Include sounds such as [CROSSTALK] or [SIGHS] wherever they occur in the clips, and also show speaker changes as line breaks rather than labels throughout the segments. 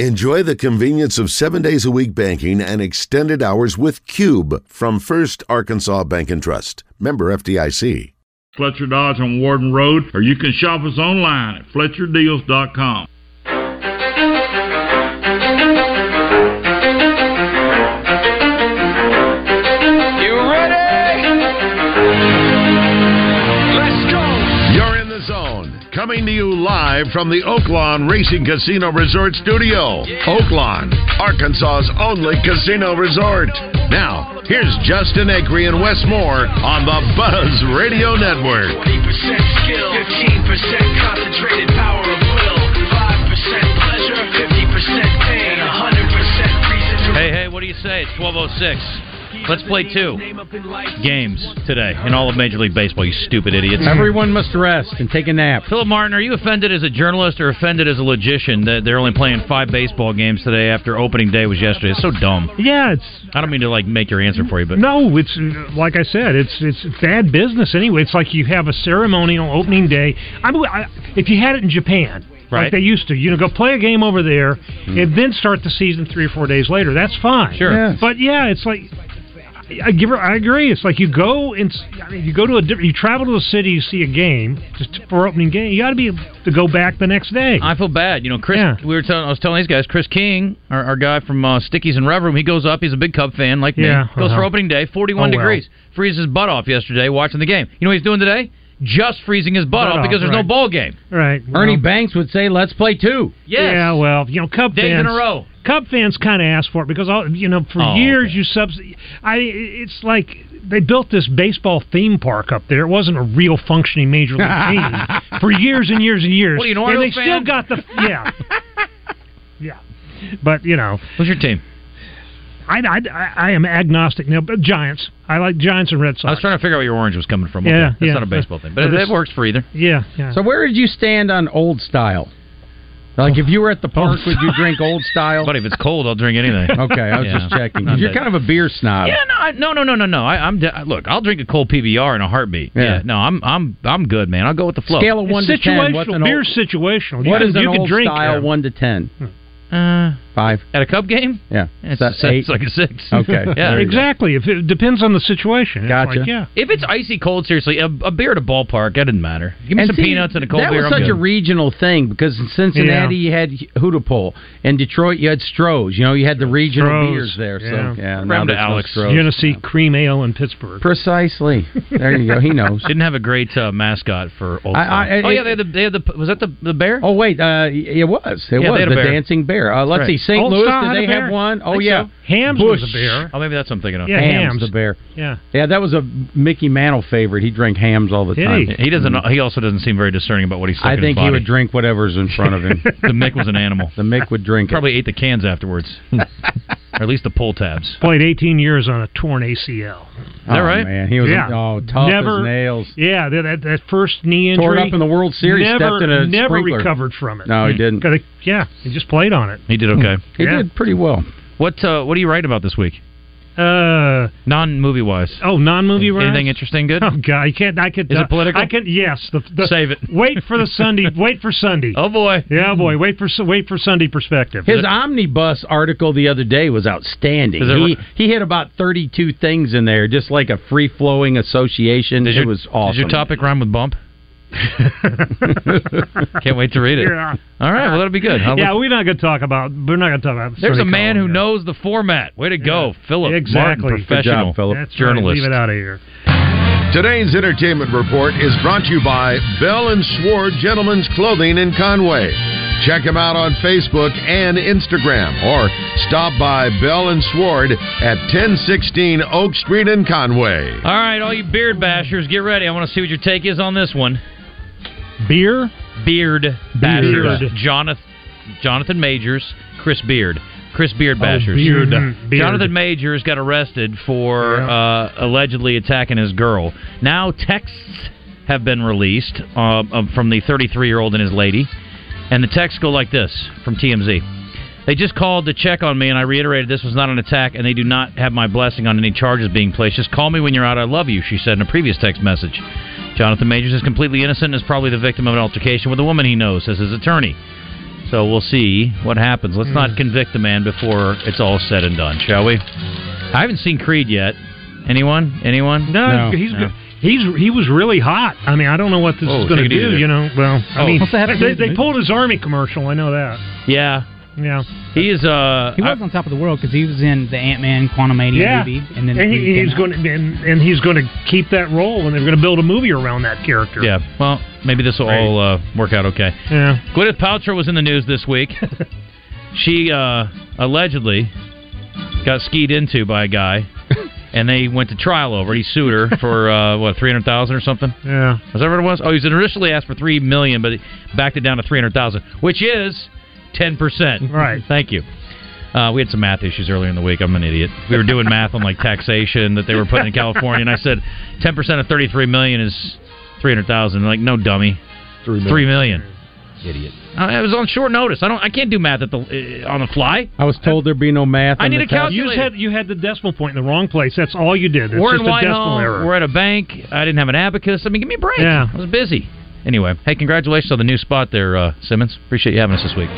Enjoy the convenience of seven days a week banking and extended hours with Cube from First Arkansas Bank and Trust. Member FDIC.
Fletcher Dodge on Warden Road, or you can shop us online at FletcherDeals.com.
You ready? Let's go.
You're in the zone. Coming to you live from the Oaklawn Racing Casino Resort Studio. Oaklawn, Arkansas's only casino resort. Now, here's Justin Acree and Wes Moore on the Buzz Radio Network.
8% skill, 15% concentrated power of will, 5% pleasure, 50% pain, 100% reason to
Hey, hey, what do you say? It's 1206. Let's play two games today in all of Major League Baseball, you stupid idiots.
Mm-hmm.
Everyone must rest and take a nap.
Philip Martin, are you offended as a journalist or offended as a logician that they're only playing five baseball games today after opening day was yesterday? It's so dumb.
Yeah, it's
I don't mean to like make your answer for you, but
no, it's like I said, it's it's bad business anyway. It's like you have a ceremonial opening day. I, believe- I if you had it in Japan,
Right. Hmm.
like they used to, you know, go play a game over there and then start the season three or four days later. That's fine.
Sure. Yeah.
but yeah, it's like. I give her, I agree. It's like you go and s- I mean, you go to a different, you travel to a city, you see a game just for opening game. You got to be able to go back the next day.
I feel bad. You know, Chris.
Yeah.
We were telling. I was telling these guys. Chris King, our, our guy from uh, Stickies and Rev Room, he goes up. He's a big Cub fan, like
Yeah,
me. Goes for
uh-huh.
opening day, forty-one
Oh, well.
degrees. Freezes his butt off yesterday watching the game. You know what he's doing today? Just freezing his butt,
Butt
off because
off,
there's no
right.
ball game.
Right.
Ernie
well.
Banks would say, "Let's play two.
Yes.
Yeah, well, you know, Cub
Days in
fans
a row.
Cub fans kind of asked for it because all you know for
Oh,
years you subs. I it's like they built this baseball theme park up there. It wasn't a real functioning major
[LAUGHS]
league team for years and years and years.
Well, you know,
and
Arno
they
fan-
still got the yeah, yeah. But you know,
Who's your team?
I, I, I- I am agnostic now. But Giants, I like Giants and Red Sox.
I was trying to figure out where your orange was coming from.
Yeah,
Okay. that's
yeah.
not a baseball thing, but
But
that
it's-
works for either.
yeah, yeah.
So, where did you stand on old style? Like, if you were at the park, would you drink old style?
But if it's cold, I'll drink anything.
[LAUGHS] Okay, I was
Yeah.
just checking.
Not
You're
that-
kind of a beer snob.
Yeah, no, I, no, no, no, no, no. I, I'm de- look. I'll drink a cold PBR in a heartbeat.
Yeah.
no, I'm, I'm, I'm good, man. I'll go with the flow.
Scale of
It's
one to ten. What's an
situational.
old,
Beer's situational. You
what
can-
is
you
an
can
old
drink
style
uh,
one to ten?
Uh,
Five.
at a Cub game,
Yeah.
it's,
Is that eight?
it's like a six.
[LAUGHS]
[LAUGHS]
Okay.
yeah.
There you go.
Exactly. If it depends on the situation. It's
Gotcha.
like, yeah.
If it's icy cold, seriously, a, a beer at a ballpark, that doesn't matter. Give me some
see,
peanuts and a cold
that
beer.
was
I'm
such a
good.
regional thing because in Cincinnati you had Hootapole, in Detroit you had Stroh's. You know, you had the regional
Stroh's,
beers there.
yeah.
So yeah, now
Round to
there's no
Alex.
Stroh's.
You're going to see cream ale in Pittsburgh.
Precisely. There you go. He
[LAUGHS]
knows.
Didn't have a great uh, mascot for Old.
I-
Town.
I-
oh
it-
yeah, they had the, they had the. Was that the the bear?
Oh wait, uh, it was. It
Yeah, they
was
had a
the
bear.
dancing bear. Uh, let's
Right.
see, St.
Old
Louis.
Star
Did
had a
they
bear?
have one? Oh
Think
yeah,
so.
Hams
Bush.
was a beer.
Oh, maybe that's what I'm thinking of.
Yeah,
Hams
Hams.
the bear.
Yeah.
Yeah, that was a Mickey Mantle favorite. He drank hams all the
Did
time. Mm.
he?
He doesn't. He also doesn't seem very discerning about what he's.
I think he would drink whatever's in front of him.
[LAUGHS] The Mick was an animal.
the Mick would drink it.
Probably ate the cans
[LAUGHS]
afterwards, or at least the pull tabs.
Played 18 years on a torn ACL.
that
oh,
right?
Man, he was
Yeah.
oh tough
Never-
as nails.
Yeah, that, that, that first knee injury.
Tore it up in the World Series.
never
stepped in a
never
sprinkler.
recovered from it.
No, he didn't.
'Cause they- yeah, he just played on it.
He did okay.
[LAUGHS] He
Yeah.
did pretty well.
What uh, What do you write about this week?
Uh,
Non movie wise.
oh, non-movie rights?
Anything interesting? Good.
[LAUGHS] [LAUGHS] Oh God, you can't. I could.
Is it political?
I can. Yes. The, the,
Save it.
Wait for
[LAUGHS]
the Sunday. wait for Sunday.
Oh boy.
Yeah, boy. Wait for wait for Sunday perspective.
His omnibus article the other day was outstanding.
Is it-
He he had about thirty two things in there, just like a free flowing association.
Did
it
your-
was awesome.
Did your topic rhyme with
[LAUGHS]
bump? Can't wait to read it.
yeah.
All right. Well, that'll be good. I'll
Yeah,
look-
we're not going to talk about. We're not going to talk about.
There's a
Sonny
man who
Colin here.
knows the format. Way to go, Philip. Martin,
Exactly. Good job,
professional
Philip.
That's right,
journalist.
Leave it out of here.
Today's entertainment report is brought to you by Bell and Sword Gentlemen's Clothing in Conway. Check them out on Facebook and Instagram or stop by Bell and Sword at 1016 Oak Street in Conway.
All right, all you beard bashers, get ready. I want to see what your take is on this one.
Beer.
Beard bashers.
Beard.
Jonathan, Jonathan Majors, Chris Beard. Chris Beard bashers.
Oh,
Mm-hmm.
Beard. Mhm, Beard.
Jonathan Majors got arrested for uh, allegedly attacking his girl. Now texts have been released uh, um, from the 33 year old and his lady, and the texts go like this from TMZ. They just called to check on me, and I reiterated this was not an attack, and they do not have my blessing on any charges being placed. Just call me when you're out. I love you, she said in a previous text message. Jonathan Majors is completely innocent and is probably the victim of an altercation with a woman he knows, says his attorney. So we'll see what happens. Let's
Hmm.
not convict the man before it's all said and done, shall we? I haven't seen Creed yet. Anyone? Anyone?
No, he's good. He's he was really hot. I mean, I don't know what this
Oh,
is going to
take it
do.
easy.
You know, well, I
Oh.
mean,
What's that have to do
they,
with
they
me?
pulled his army commercial. I know that.
Yeah.
Yeah.
He is. Uh,
He was on top of the world because he was in the Ant Man Quantumania
yeah.
movie, and then Creed
he,
came
he's
out.
going to and, and he's going to keep that role, and they're going to build a movie around that character.
Yeah. Well, maybe this will all uh, work out okay.
Yeah.
Gwyneth Paltrow was in the news this week. she uh, allegedly got skied into by a guy, and they went to trial over it. He sued her for uh, what three hundred thousand or something.
Yeah.
Is that what it was? Oh, he was initially asked for three million, but he backed it down to three hundred thousand, which is ten percent.
Right.
Thank you. Uh, we had some math issues earlier in the week. I'm an idiot. We were doing math on like taxation that they were putting in California, and I said ten percent of thirty three million is three hundred thousand. Like no dummy, three
million.
Idiot. I I Uh, was on short notice. I don't. I can't do math at the uh, on the fly.
I was told there'd be no math.
I
on
need
the
a
test.
You just had you had the decimal point in the wrong place. That's all you did. It's
we're
just
in
a decimal
Whitehall.
error.
We're at a bank. I didn't have an abacus. I mean, give me a break.
Yeah.
I was busy. Anyway, hey, congratulations on the new spot there, uh, Simmons. Appreciate you having us this week.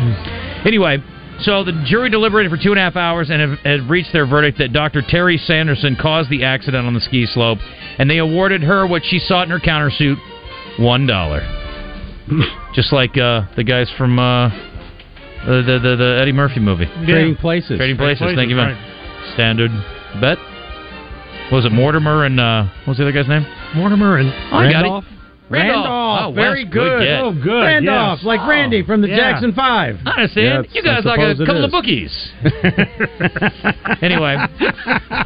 Anyway, so the jury deliberated for two and a half hours and have, have reached their verdict that Dr. Terry Sanderson caused the accident on the ski slope, and they awarded her what she sought in her countersuit one dollar. Just like uh, the guys from uh, the, the, the the Eddie Murphy movie,
Trading Places.
Trading Places. Thank you, man. Standard bet. What was it Mortimer and uh, what was the other guy's name?
Mortimer and
Oh, I got it.
Randolph.
Randolph. Oh,
very
Wes,
good.
good get. Oh,
good,
Randolph,
yes.
like Randy from the
yeah.
Jackson Five.
I understand.
Yeah,
you
I
guys like a
suppose it
couple
is.
of bookies.
[LAUGHS]
anyway,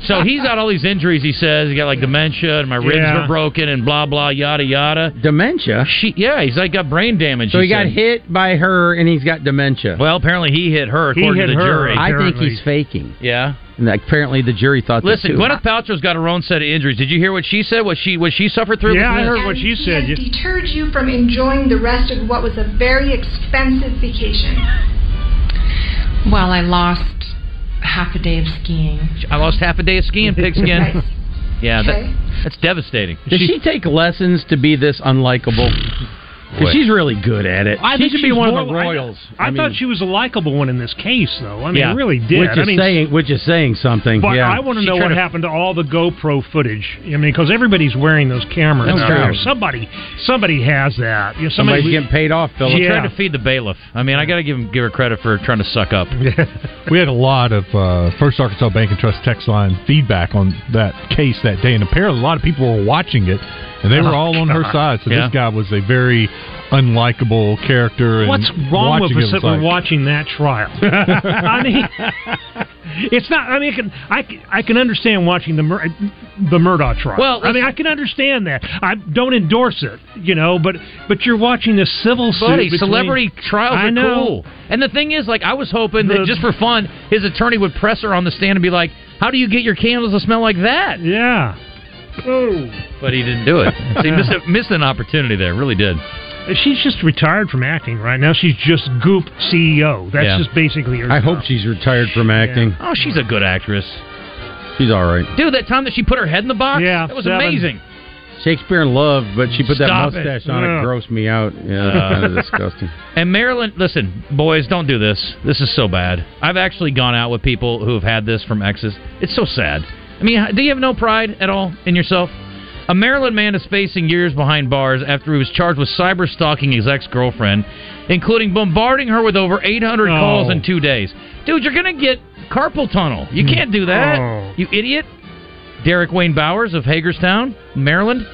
so he's got all these injuries. He says he got like dementia and my ribs
Yeah.
were broken and blah blah yada yada.
Dementia.
She, yeah, he's like got brain damage.
So he got
said.
hit by her, and he's got dementia.
Well, apparently he hit her, according to the jury.
I think he's faking.
Yeah.
And apparently the jury thought.
Listen,
that too.
Gwyneth Paltrow's got her own set of injuries. Did you hear what she said? What she what she suffered through?
Yeah, I
Listen to
heard
this.
what she said.
has deterred you from enjoying the rest of what was a very expensive
[LAUGHS]
vacation? Well, I lost half a day of skiing.
I lost half a day of skiing, pigskin.
Right.
yeah,
Okay.
that, that's devastating.
Does she, take lessons to be this unlikable? Because
Boy.
she's really good at it.
I
she
think
should be
she's
one
more-
of the royals.
I, thought she was a likable one in this case, though. I mean,
Yeah.
really did.
Which
I
is
mean,
saying, which is saying something.
But
yeah.
I want to know what happened to all the GoPro footage. I mean, because everybody's wearing those cameras.
That's
out
true.
there. Somebody, somebody has that. You know, somebody,
Somebody's getting
paid off,
Phil.
Yeah.
trying to feed the bailiff. I mean, I got to give him give her credit for trying to suck up.
[LAUGHS] We had a lot of uh, First Arkansas Bank and Trust text line feedback on that case that day, and apparently a lot of people were watching it, and they were
Oh,
all on her
God.
side. So
Yeah.
this guy was a very unlikable character. And
What's wrong with
watching
us
it was
that we're
like-
watching that trial? I mean, [LAUGHS] it's not. I mean, I can, I can, I can understand watching the Mur- the Murdaugh trial.
Well,
I mean, I can understand that. I don't endorse it, you know, but but you're watching the civil suit.
Buddy,
between-
celebrity trials
I
are
know.
cool. And the thing is, like, I was hoping
The-
that just for fun, his attorney would press her on the stand and be like, "How do you get your candles to smell like that?"
Yeah. Oh.
But he didn't
[LAUGHS]
do it. So he missed, a- missed an opportunity there. Really did.
She's just retired from acting right now. She's just Goop CEO. That's
Yeah.
just basically her.
I hope she's retired from acting.
Oh, she's a good actress,
She's all right.
dude. That time that she put her head in the box,
Yeah,
that was
seven.
amazing.
Shakespeare in Love, but she put
Stop
that mustache
it. Uh.
on.
Yeah.
It grossed me out. Yeah, that's kind
[LAUGHS]
of disgusting.
And Maryland, listen, boys, don't do this. This is so bad. I've actually gone out with people who have had this from exes. It's so sad. I mean, do you have no pride at all in yourself? A Maryland man is facing years behind bars after he was charged with cyber stalking his ex girlfriend, including bombarding her with over 800
Oh.
calls in two days. Dude, you're going to get carpal tunnel. You can't do that,
Hmm. Oh.
you idiot. Derek Wayne Bowers of Hagerstown, Maryland,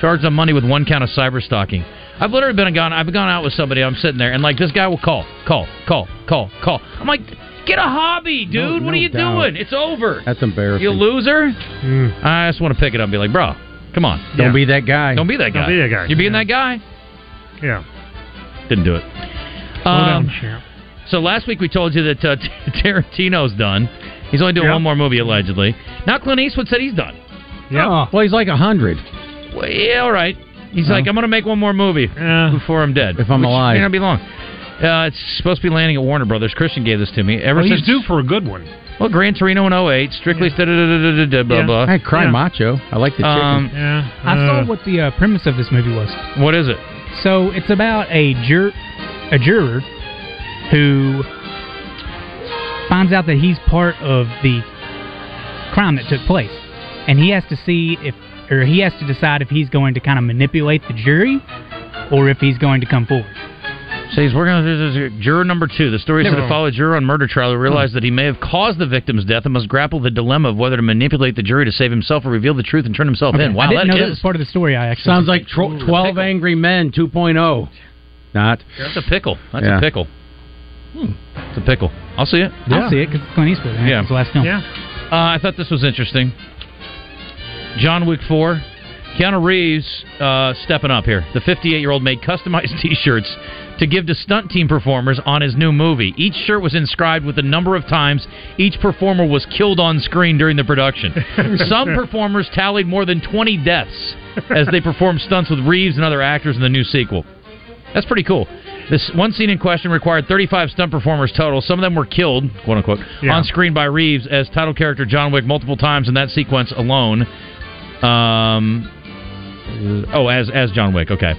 charged on Monday with one count of cyber stalking. I've literally been gone. I've gone out with somebody. I'm sitting there, and like this guy will call, call, call, call, call. I'm like, get a hobby, dude. what
no
are you
doubt.
doing? It's over.
That's embarrassing. Hmm.
You loser. I just want to pick it up and be like, bro, come on.
Don't be that guy.
Don't be that guy.
Don't be that guy.
You're being that guy.
Yeah.
Didn't do it.
down,
Um, so last week we told you that uh, [LAUGHS] Tarantino's done. He's only doing one more movie allegedly. Now Clint Eastwood said he's done.
Yeah. Oh, Well, he's like a hundred.
Well, yeah, all right. He's like, I'm going to make one more movie before I'm dead. If
I'm alive.
may not be long. Uh, it's supposed to be landing at Warner Brothers. Christian gave this to me. Ever
Well, he's
since
due for a good one.
well, Gran Torino in 08, Strictly da- da- da- da- da- da- blah
Yeah.
blah.
I cry macho. I like the chicken.
Um,
I saw what the uh, premise of this movie was.
What is it?
So it's about a jur- a juror
who finds out that he's part of the crime that took place, and he has to see if, or he has to decide if he's going to kind of manipulate the jury, or if he's going to come forward.
So he's working on this is juror number two. The story said
Never
to
mind.
follow a juror on murder
Hmm.
trial who realized that he may have caused the victim's death and must grapple with the dilemma of whether to manipulate the jury to save himself or reveal the truth and turn himself in.
I
Oh, Wow, that
didn't know that
is
was part
of the story. I actually
sounds like tro- Twelve Angry Men oh. 2.0. Not
that's a pickle. That's
Yeah.
a pickle. Hmm. It's a pickle. I'll see it.
I'll see it because Clint Eastwood. man.
Yeah.
It's the last film. [LAUGHS]
Yeah. Uh, I thought this was interesting. John Wick 4. Keanu Reeves uh, stepping up here. The 58 year old made customized [LAUGHS] t shirts to give to stunt team performers on his new movie. Each shirt was inscribed with the number of times each performer was killed on screen during the production. Some performers tallied more than 20 deaths as they performed stunts with Reeves and other actors in the new sequel. That's pretty cool. This one scene in question required 35 stunt performers total. Some of them were killed, quote unquote, on screen by Reeves as title character John Wick multiple times in that sequence alone. Um, oh, as as John Wick. Okay.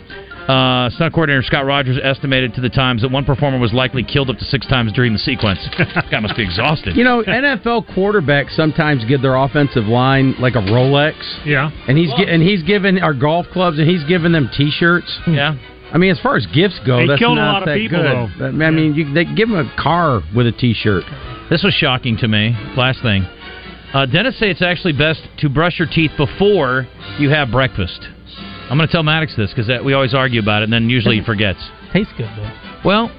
Uh, stunt coordinator Scott Rogers estimated to the times that one performer was likely killed up to six times during the sequence. This guy must be exhausted.
You know, NFL quarterbacks sometimes give their offensive line like a Rolex.
Yeah.
And he's gi- and he's given our golf clubs and he's giving them T-shirts.
Hmm.
Yeah.
I mean, as far as gifts go,
They
that's
killed a
not
lot of
that
people,
good.
though.
But, I mean, you, they give them a car with a T-shirt.
This was shocking to me. Last thing. Uh, dentists say it's actually best to brush your teeth before you have breakfast. I'm going to tell Maddox this because we always argue about it, and then usually he forgets.
Tastes good though.
Well,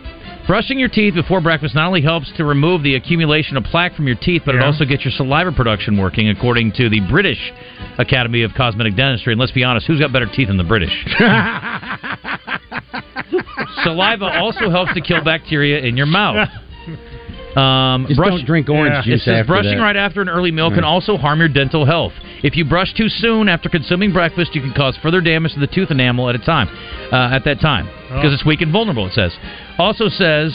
brushing your teeth before breakfast not only helps to remove the accumulation of plaque from your teeth, but it also gets your saliva production working, according to the British Academy of Cosmetic Dentistry. And let's be honest, who's got better teeth than the British? saliva also helps to kill bacteria in your mouth. Um,
Just don't [LAUGHS] drink orange juice
It says
after
brushing
that.
right after an early meal
Right.
can also harm your dental health. If you brush too soon after consuming breakfast, you can cause further damage to the tooth enamel at a time. Uh, at that time, because
Oh.
it's weak and vulnerable. It says. Also says.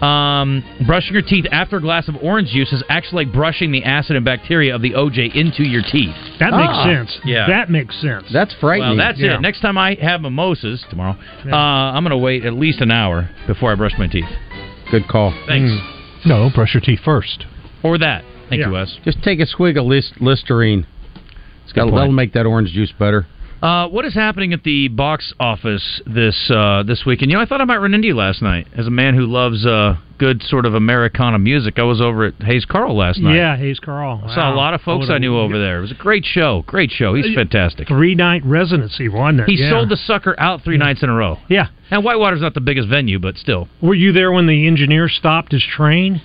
Um, brushing your teeth after a glass of orange juice is actually like brushing the acid and bacteria of the OJ into your teeth.
That makes sense.
Yeah.
That makes sense.
Ah. That's
Well, that's
Yeah.
it. Next time I have mimosas tomorrow, uh, I'm going to wait at least an hour before I brush my teeth.
Good call.
Thanks.
Hmm. No, brush your teeth first.
Or that. Thank you, Wes.
Just take a swig of list, Listerine. It's got
Good point.
that'll make that orange juice better.
Uh, what is happening at the box office this uh, this week? And you know, I thought I might run into you last night. As a man who loves uh, good sort of Americana music, I was over at Hayes Carl last night.
Yeah, Hayes Carl.
I saw a lot of folks I knew over there. It was a great show. Great show. He's fantastic.
Three night residency, wasn't it?
He
Uh, Yeah.
sold the sucker out three nights in a row.
Yeah.
And Whitewater's not the biggest venue, but still.
Were you there when the engineer stopped his train?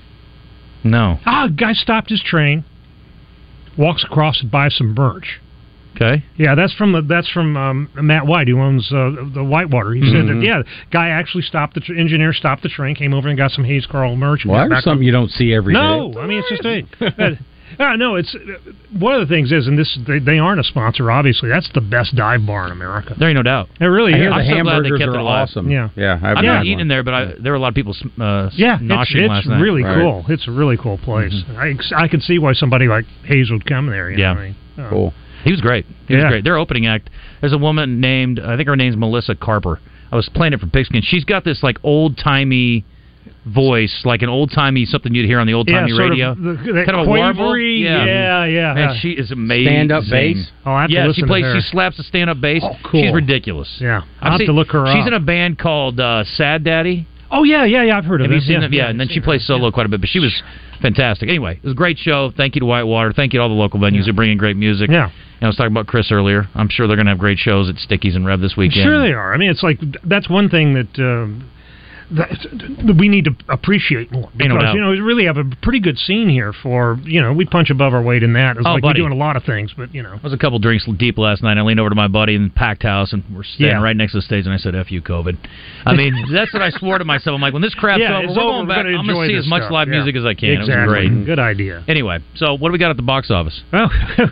No.
Ah, guy stopped his train, walks across and buys some merch.
Okay.
Yeah, that's from the, that's from um, Matt White, who owns uh, the Whitewater. He
Mm-hmm.
said
Mhm.
that yeah, guy actually stopped the tr- engineer stopped the train, came over and got some Hayes Carl merch.
Well,
got
that's
back up.
something you don't see every day.
no, I mean it's just a. [LAUGHS] Uh, no, it's uh, one of the things is, and this they, they aren't a sponsor. Obviously, that's the best dive bar in America.
There ain't no doubt.
It really
I
is.
hear the I'm so glad they hamburgers kept are it alive. awesome.
Yeah,
yeah.
I've
yeah.
not eaten in there, but I, there were a lot of people sm- uh, s-
Yeah, it's,
noshing
it's
last night. Mm-hmm.
really cool. It's a really cool place. I, I can see why somebody like Hayes would come there. You
Yeah.
know what I mean? Uh,
Cool.
He was great. He
Yeah.
was great. Their opening act. There's a woman named I think her name's Melissa Carper. I was playing it for Pigskin. She's got this like old timey voice, like an old timey something you'd hear on the old timey
yeah, sort
radio.
Of the, the,
kind of a warble.
quavery, yeah, yeah.
Man,
yeah.
she is amazing.
Stand-up bass? Oh, I have to
yeah, she
listen to
plays.
her.
She slaps a stand up bass. Oh,
cool.
She's ridiculous.
Yeah,
I've
I'll have
seen-
to look her
She's
up.
in a band called uh, Sad Daddy.
oh yeah, yeah, yeah. I've heard of
Have
it.
you seen
yeah,
them? Yeah, and then she plays solo quite a bit, but she was fantastic. Anyway, it was a great show. Thank you to Whitewater. Thank you to all the local venues who bring in great music.
Yeah.
And I was talking about Chris earlier. I'm sure they're going to have great shows at Stickies and Rev this weekend.
Sure, they are. I mean, it's like that's one thing that. Um, that that we need to appreciate more
Ain't no
because
doubt.
you know we really have a pretty good scene here for you know we punch above our weight in that it's
Oh,
like
buddy.
we're doing a lot of things but you know
I was a couple drinks deep last night. I leaned over to my buddy in the packed house, and we're standing
Yeah.
right next to the stage, and I said, "F you, COVID." I
[LAUGHS]
mean, that's what I swore to myself. I'm like, when this crap's
Yeah,
over,
it's
we're
over.
going
We're
back.
gonna
I'm gonna
enjoy
see
this
as much
stuff.
live
Yeah.
music as I can. It was
Exactly.
great.
Good idea.
Anyway, so what do we got at the box office?
Oh, [LAUGHS]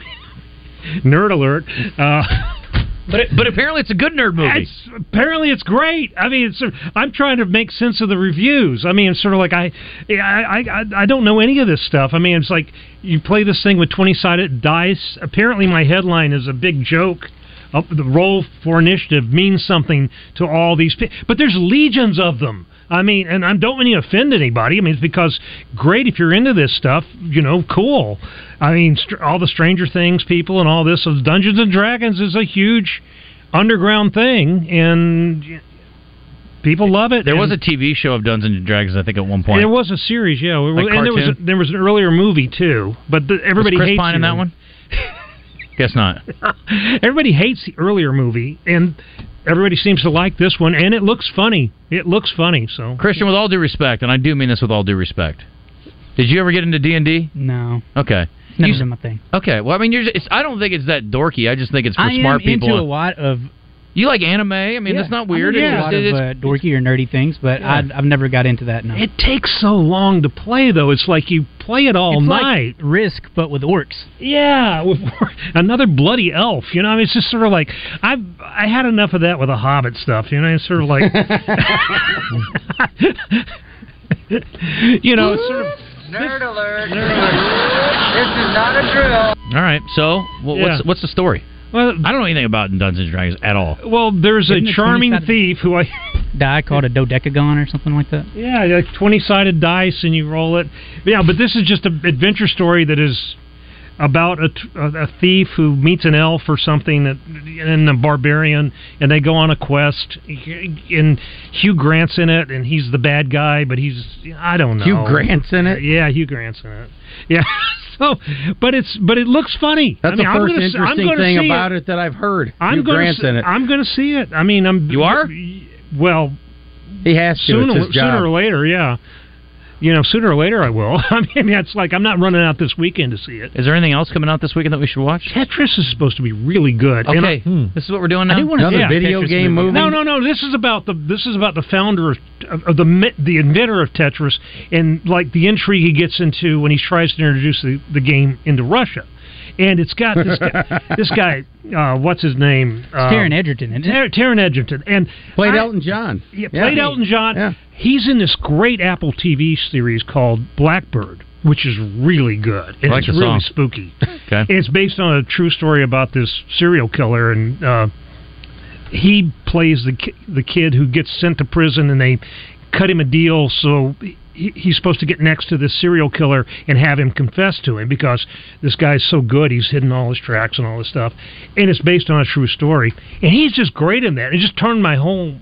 nerd alert. Uh,
but but apparently it's a good nerd movie.
It's, apparently it's great. I mean, it's, I'm trying to make sense of the reviews. I mean, it's sort of like I, I, I, I- I don't know any of this stuff. I mean, it's like you play this thing with 20 sided dice. Apparently, my headline is a big joke. Uh, Up the roll for initiative means something to all these people, but there's legions of them. I mean, and I don't mean to offend anybody. I mean, it's because great if you're into this stuff, you know, cool. I mean, str- all the Stranger Things people and all this. of Dungeons and Dragons is a huge underground thing, and y- people love it.
There was
and-
a TV show of Dungeons and Dragons, I think, at one point.
There was a series, yeah,
Like
and there was
cartoon?
there was an earlier movie too, but the, everybody
Chris
hates
Pine in
the-
that one? Guess not.
Everybody hates the earlier movie, and everybody seems to like this one, and it looks funny. It looks funny. So
Christian, with all due respect, and I do mean this with all due respect, did you ever get into D and D?
No.
Okay.
Never
You-
been my thing.
Okay. Well, I mean, you're. Just, it's, I don't think it's that dorky. I just think it's for
I
smart
am
people.
into a lot of.
You like anime? I mean,
Yeah.
that's not weird.
I'm into
It's-
a lot
it's-
of uh, dorky or nerdy things, but
Yeah.
I'd, I've never got into that. No.
it takes so long to play, though. It's like you play it all
It's like
night.
Risk, but with orcs.
Yeah, with another bloody elf. You know, I mean, it's just sort of like I have I had enough of that with the Hobbit stuff. You know, it's sort
[LAUGHS]
of like [LAUGHS] you know, it's sort of
Nerd alert. This is not a drill.
All right. So, wh-
Yeah.
what's what's the story?
Well,
I don't know anything about Dungeons and Dragons at all.
Well, there's
Isn't
a
it
charming
27?
thief who I
die called a dodecagon or something like that.
yeah, like twenty sided dice and you roll it. Yeah, but this is just an adventure story that is about a, t- a- a thief who meets an elf or something that, and a barbarian, and they go on a quest. And Hugh Grant's in it, and he's the bad guy, but he's I don't know.
Hugh Grant's
in it. Yeah, Hugh Grant's in it. Yeah. [LAUGHS] So, but it's but it looks funny.
That's
I mean,
the
I'm
1st
gonna s- I'm
interesting
gonna
thing
see
about it. that I've heard.
I'm
Hugh
gonna
Grant's
see,
in it.
I'm going to see it. I mean, I'm. You are. Well,
he has to.
Sooner,
it's his job.
sooner or later, yeah. You know, sooner or later I will. [LAUGHS] I mean, it's like I'm not running out this weekend to see it.
Is there anything else coming out this weekend that we should watch?
Tetris is supposed to be really good. And
Okay,
I- hmm.
this is what we're doing now.
I do wanna see that Tetris No, no, no. This is about the this is about the founder of, of, of the mi- the inventor of Tetris and like the intrigue he gets into when he tries to introduce the, the game into Russia. And it's got this guy, this guy uh, what's his name? Uh,
Taron Egerton, isn't it?
Tar- Taron Egerton, and
Played
I-
Elton John.
Yeah, played Elton John. He's in this great Apple TV series called Blackbird, which is really good.
I
And
like
it's
the song.
really spooky.
[LAUGHS] Okay.
It's based on a true story about this serial killer, and uh, he plays the ki- the kid who gets sent to prison, and they cut him a deal so. he- He's supposed to get next to this serial killer and have him confess to him because this guy's so good. He's hidden all his tracks and all this stuff, and it's based on a true story. And he's just great in that. It just turned my whole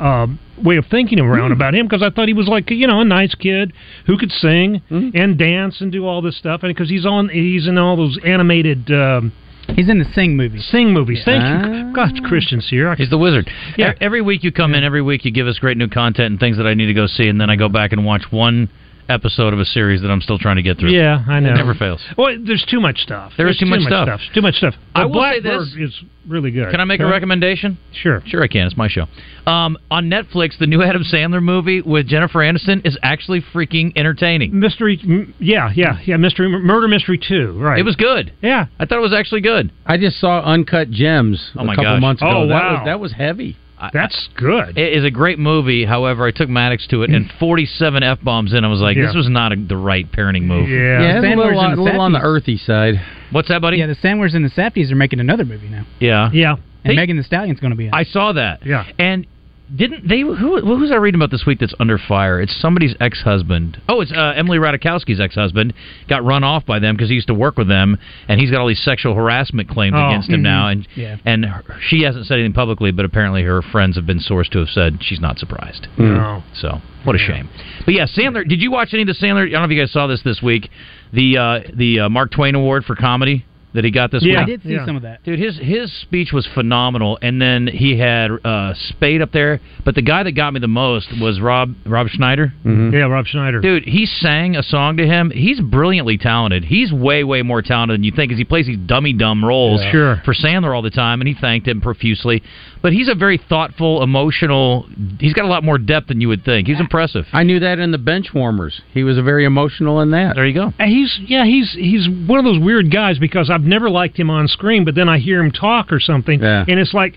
um, way of thinking around
Hmm.
about him because I thought he was like you know a nice kid who could sing
Hmm.
and dance and do all this stuff, and because he's on he's in all those animated. Um,
he's in the Sing movies.
Sing movies. Thank
Ah.
you, gosh, Christian's here. I-
He's the wizard. Yeah. Every week you come in, every week you give us great new content and things that I need to go see, and then I go back and watch one episode of a series that I'm still trying to get through.
Yeah, I know.
It never fails.
Well, there's too much stuff.
There is
There's
too much stuff.
Too much stuff.
I
But
will say
Blackbird
this.
is really good.
Can I make a recommendation?
Sure.
Sure, I can. It's my show. Um, on Netflix, the new Adam Sandler movie with Jennifer Aniston is actually freaking entertaining.
Mystery. m- Yeah, yeah, yeah. Mystery murder mystery two. Right.
It was good.
Yeah.
I thought it was actually good.
I just saw Uncut Gems
Oh my
a couple
gosh.
months ago.
Oh,
that
wow.
was, that was heavy.
That's good.
It is a great movie. However, I took Maddox to it, and 47 f bombs in. I was like,
Yeah.
this was not a, the right parenting move.
yeah, it's a little, on- little on the earthy side.
What's that, buddy?
Yeah, the Samwers and the Safdies are making another movie now,
Yeah.
Yeah.
and Megan the Stallion's going to be in. it.
I saw that.
Yeah.
And didn't they? Who, who was I reading about this week that's under fire? It's somebody's ex husband. Oh, it's uh, Emily Radikowski's ex husband. Got run off by them because he used to work with them, and he's got all these sexual harassment claims
Oh.
against
Mhm.
him
Mm-hmm.
now. And
Yeah.
and her, she hasn't said anything publicly, but apparently her friends have been sourced to have said she's not surprised.
No.
So what a shame. But yeah, Sandler. Did you watch any of the Sandler? I don't know if you guys saw this this week. The uh, the uh, Mark Twain Award for comedy that he got this week.
I did see some of that.
Dude, his his speech was phenomenal, and then he had uh, Spade up there. But the guy that got me the most was Rob Rob Schneider.
Yeah, Rob Schneider.
Dude, he sang a song to him. He's brilliantly talented. He's way way more talented than you think, because he plays these dummy dumb roles
Yeah. Sure.
for Sandler all the time, and he thanked him profusely. But he's a very thoughtful, emotional. He's got a lot more depth than you would think. He's impressive.
I knew that in the bench warmers. He was very emotional in that.
There you go.
And He's yeah he's he's one of those weird guys because I've never liked him on screen, but then I hear him talk or something,
Yeah.
and it's like,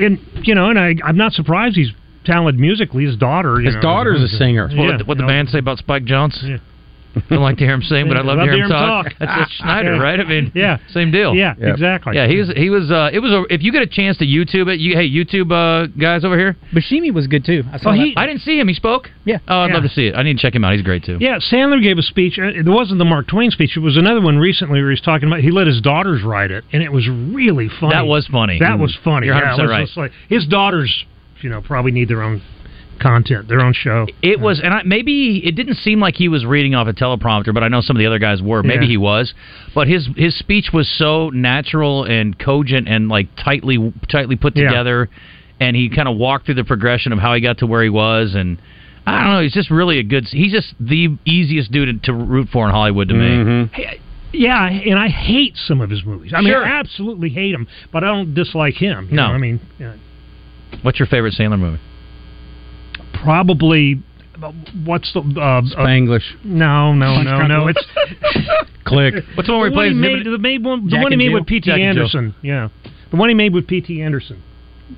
and you know, and I I'm not surprised he's talented musically. His daughter, you
His
know,
daughter is a singer.
What did- what the band say about Spike Jones? Don't like to hear him sing, but I love, to hear him talk.
talk.
That's, that's Schneider,
[LAUGHS] Yeah.
right? I mean,
Yeah.
same deal.
Yeah, Yeah. exactly.
Yeah, he was. He was. Uh, it was. A, if you get a chance to YouTube it, you hey YouTube uh, guys over here.
Bashimi was good too. I
saw
Oh, he-
I didn't see him. He spoke.
Yeah.
Oh, I'd
Yeah.
love to see it. I need to check him out. He's great too.
Yeah, Sandler gave a speech. uh, It wasn't the Mark Twain speech. It was another one recently where he's talking about he let his daughters write it, and it was really funny.
That was funny. Mm-hmm.
That was funny.
You're
Yeah,
100%
it was
right.
just like- his daughters, you know, probably need their own content, their own show.
It was, and I, maybe it didn't seem like he was reading off a teleprompter, but I know some of the other guys were. Maybe
Yeah.
he was, but his his speech was so natural and cogent and like tightly tightly put
Yeah.
together, and he kind of walked through the progression of how he got to where he was, and I don't know, he's just really a good. He's just the easiest dude to, to root for in Hollywood to me.
Mm-hmm. Yeah, and I hate some of his movies. I mean,
Sure.
I absolutely hate him, but I don't dislike him. you
No.
know, I mean, yeah.
What's your favorite Sandler movie?
probably what's the uh, Spanglish? no, no,
Punch
no,
Drunk
no.
Love.
It's
[LAUGHS] Click. What's the one where he
the one
plays
he
Nibba-
made, the, made one, the
Jack
one he
and
made
Jill?
with P.T.
Jack and Jill.
Anderson. Yeah, the one he made with P.T. Anderson.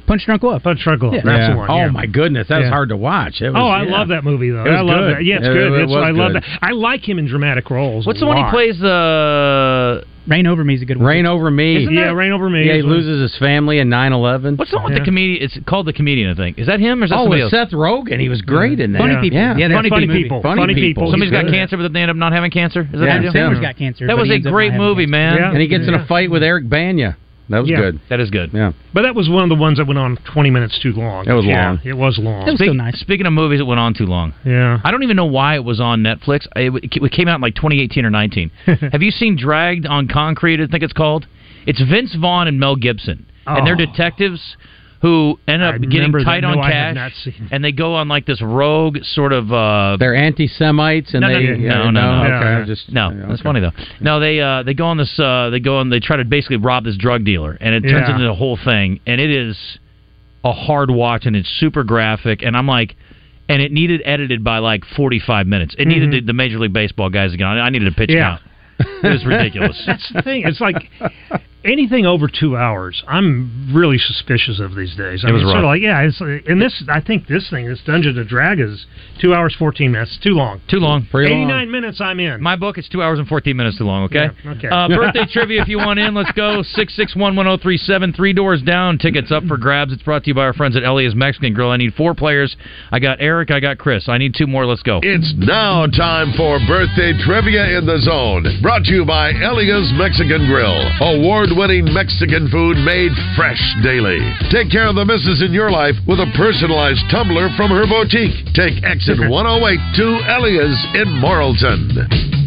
Punch Drunk Love.
Punch Drunk Love.
Yeah.
That's the
Yeah.
one.
Oh,
yeah.
my goodness, that was
Yeah.
hard to watch. It was-
oh, I
yeah.
love that movie though.
It was
I love
good.
that. Yeah, it's
It-
good.
it
That's what
was
I love
good.
that. I like him in dramatic roles.
What's
a
the one he
lot.
plays? The
Rain Over Me is a good one.
Rain over me.
Isn't Yeah, that- Rain Over Me
Yeah, he
is one.
loses his family in 9/11.
What's the one with the comedian? It's called the comedian. I think is that him or is that
Oh,
somebody
with
else?
Seth Rogen, he was great in that.
Funny
Yeah.
people.
Yeah,
Yeah, funny,
that's a good movie.
people.
Funny people.
Somebody's
He's
got
good.
cancer, but they end up not having cancer. Is that
Yeah,
the deal?
Sandler's
got cancer,
That
but
was
he
a
ends up
great
not having
movie, man.
and he gets in a fight with Eric Banya. That was
Yeah.
good.
That is good.
Yeah.
But that was one of the ones that went on 20 minutes too long.
It was
Yeah,
long.
It was long.
Speak- Speaking of movies, that went on too long.
Yeah.
I don't even know why it was on Netflix. I- It, w- it came out in like 2018 or 19. Have you seen Dragged on Concrete? I think it's called. It's Vince Vaughn and Mel Gibson, and they're
Oh.
detectives who end up getting
remember that.
tight on
No, I
cash,
have not seen
[LAUGHS] and they go on like this rogue sort of. Uh,
They're anti-Semites, and
no,
they
no, no,
yeah,
no, no, no.
okay,
No,
I just-
no, that's funny though. No, they uh, they go on this. Uh, they go on. They try to basically rob this drug dealer, and it turns
Yeah.
into the whole thing. And it is a hard watch, and it's super graphic. And I'm like, and it needed edited by like 45 minutes. It
Mm-hmm.
needed
Mhm.
the, the Major League Baseball guys to get on. it. I needed a pitch
Yeah.
count. It was ridiculous.
That's the thing. It's like anything over two hours, I'm really suspicious of these days. I
It was
mean, it's
rough.
sort of like yeah. It's, uh, and this, I think this thing, this Dungeon of Drag is two hours fourteen minutes. Too long.
Too long.
89 minutes. I'm in.
My book, it's two hours and 14 minutes too long, okay?
Yeah, okay. [LAUGHS]
Uh, birthday trivia, if you want in, let's go. 6611037, three doors down, tickets up for grabs. It's brought to you by our friends at Elia's Mexican Grill. I need four players. I got Eric, I got Chris. I need two more. Let's go.
It's now time for birthday trivia in the zone. Brought to you by Elia's Mexican Grill, award-winning Mexican food made fresh daily. Take care of the misses in your life with a personalized tumbler from her boutique. Take
[LAUGHS]
exit 108 to Elia's in Morrilton.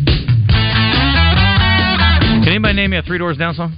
Can anybody name me a three doors down song?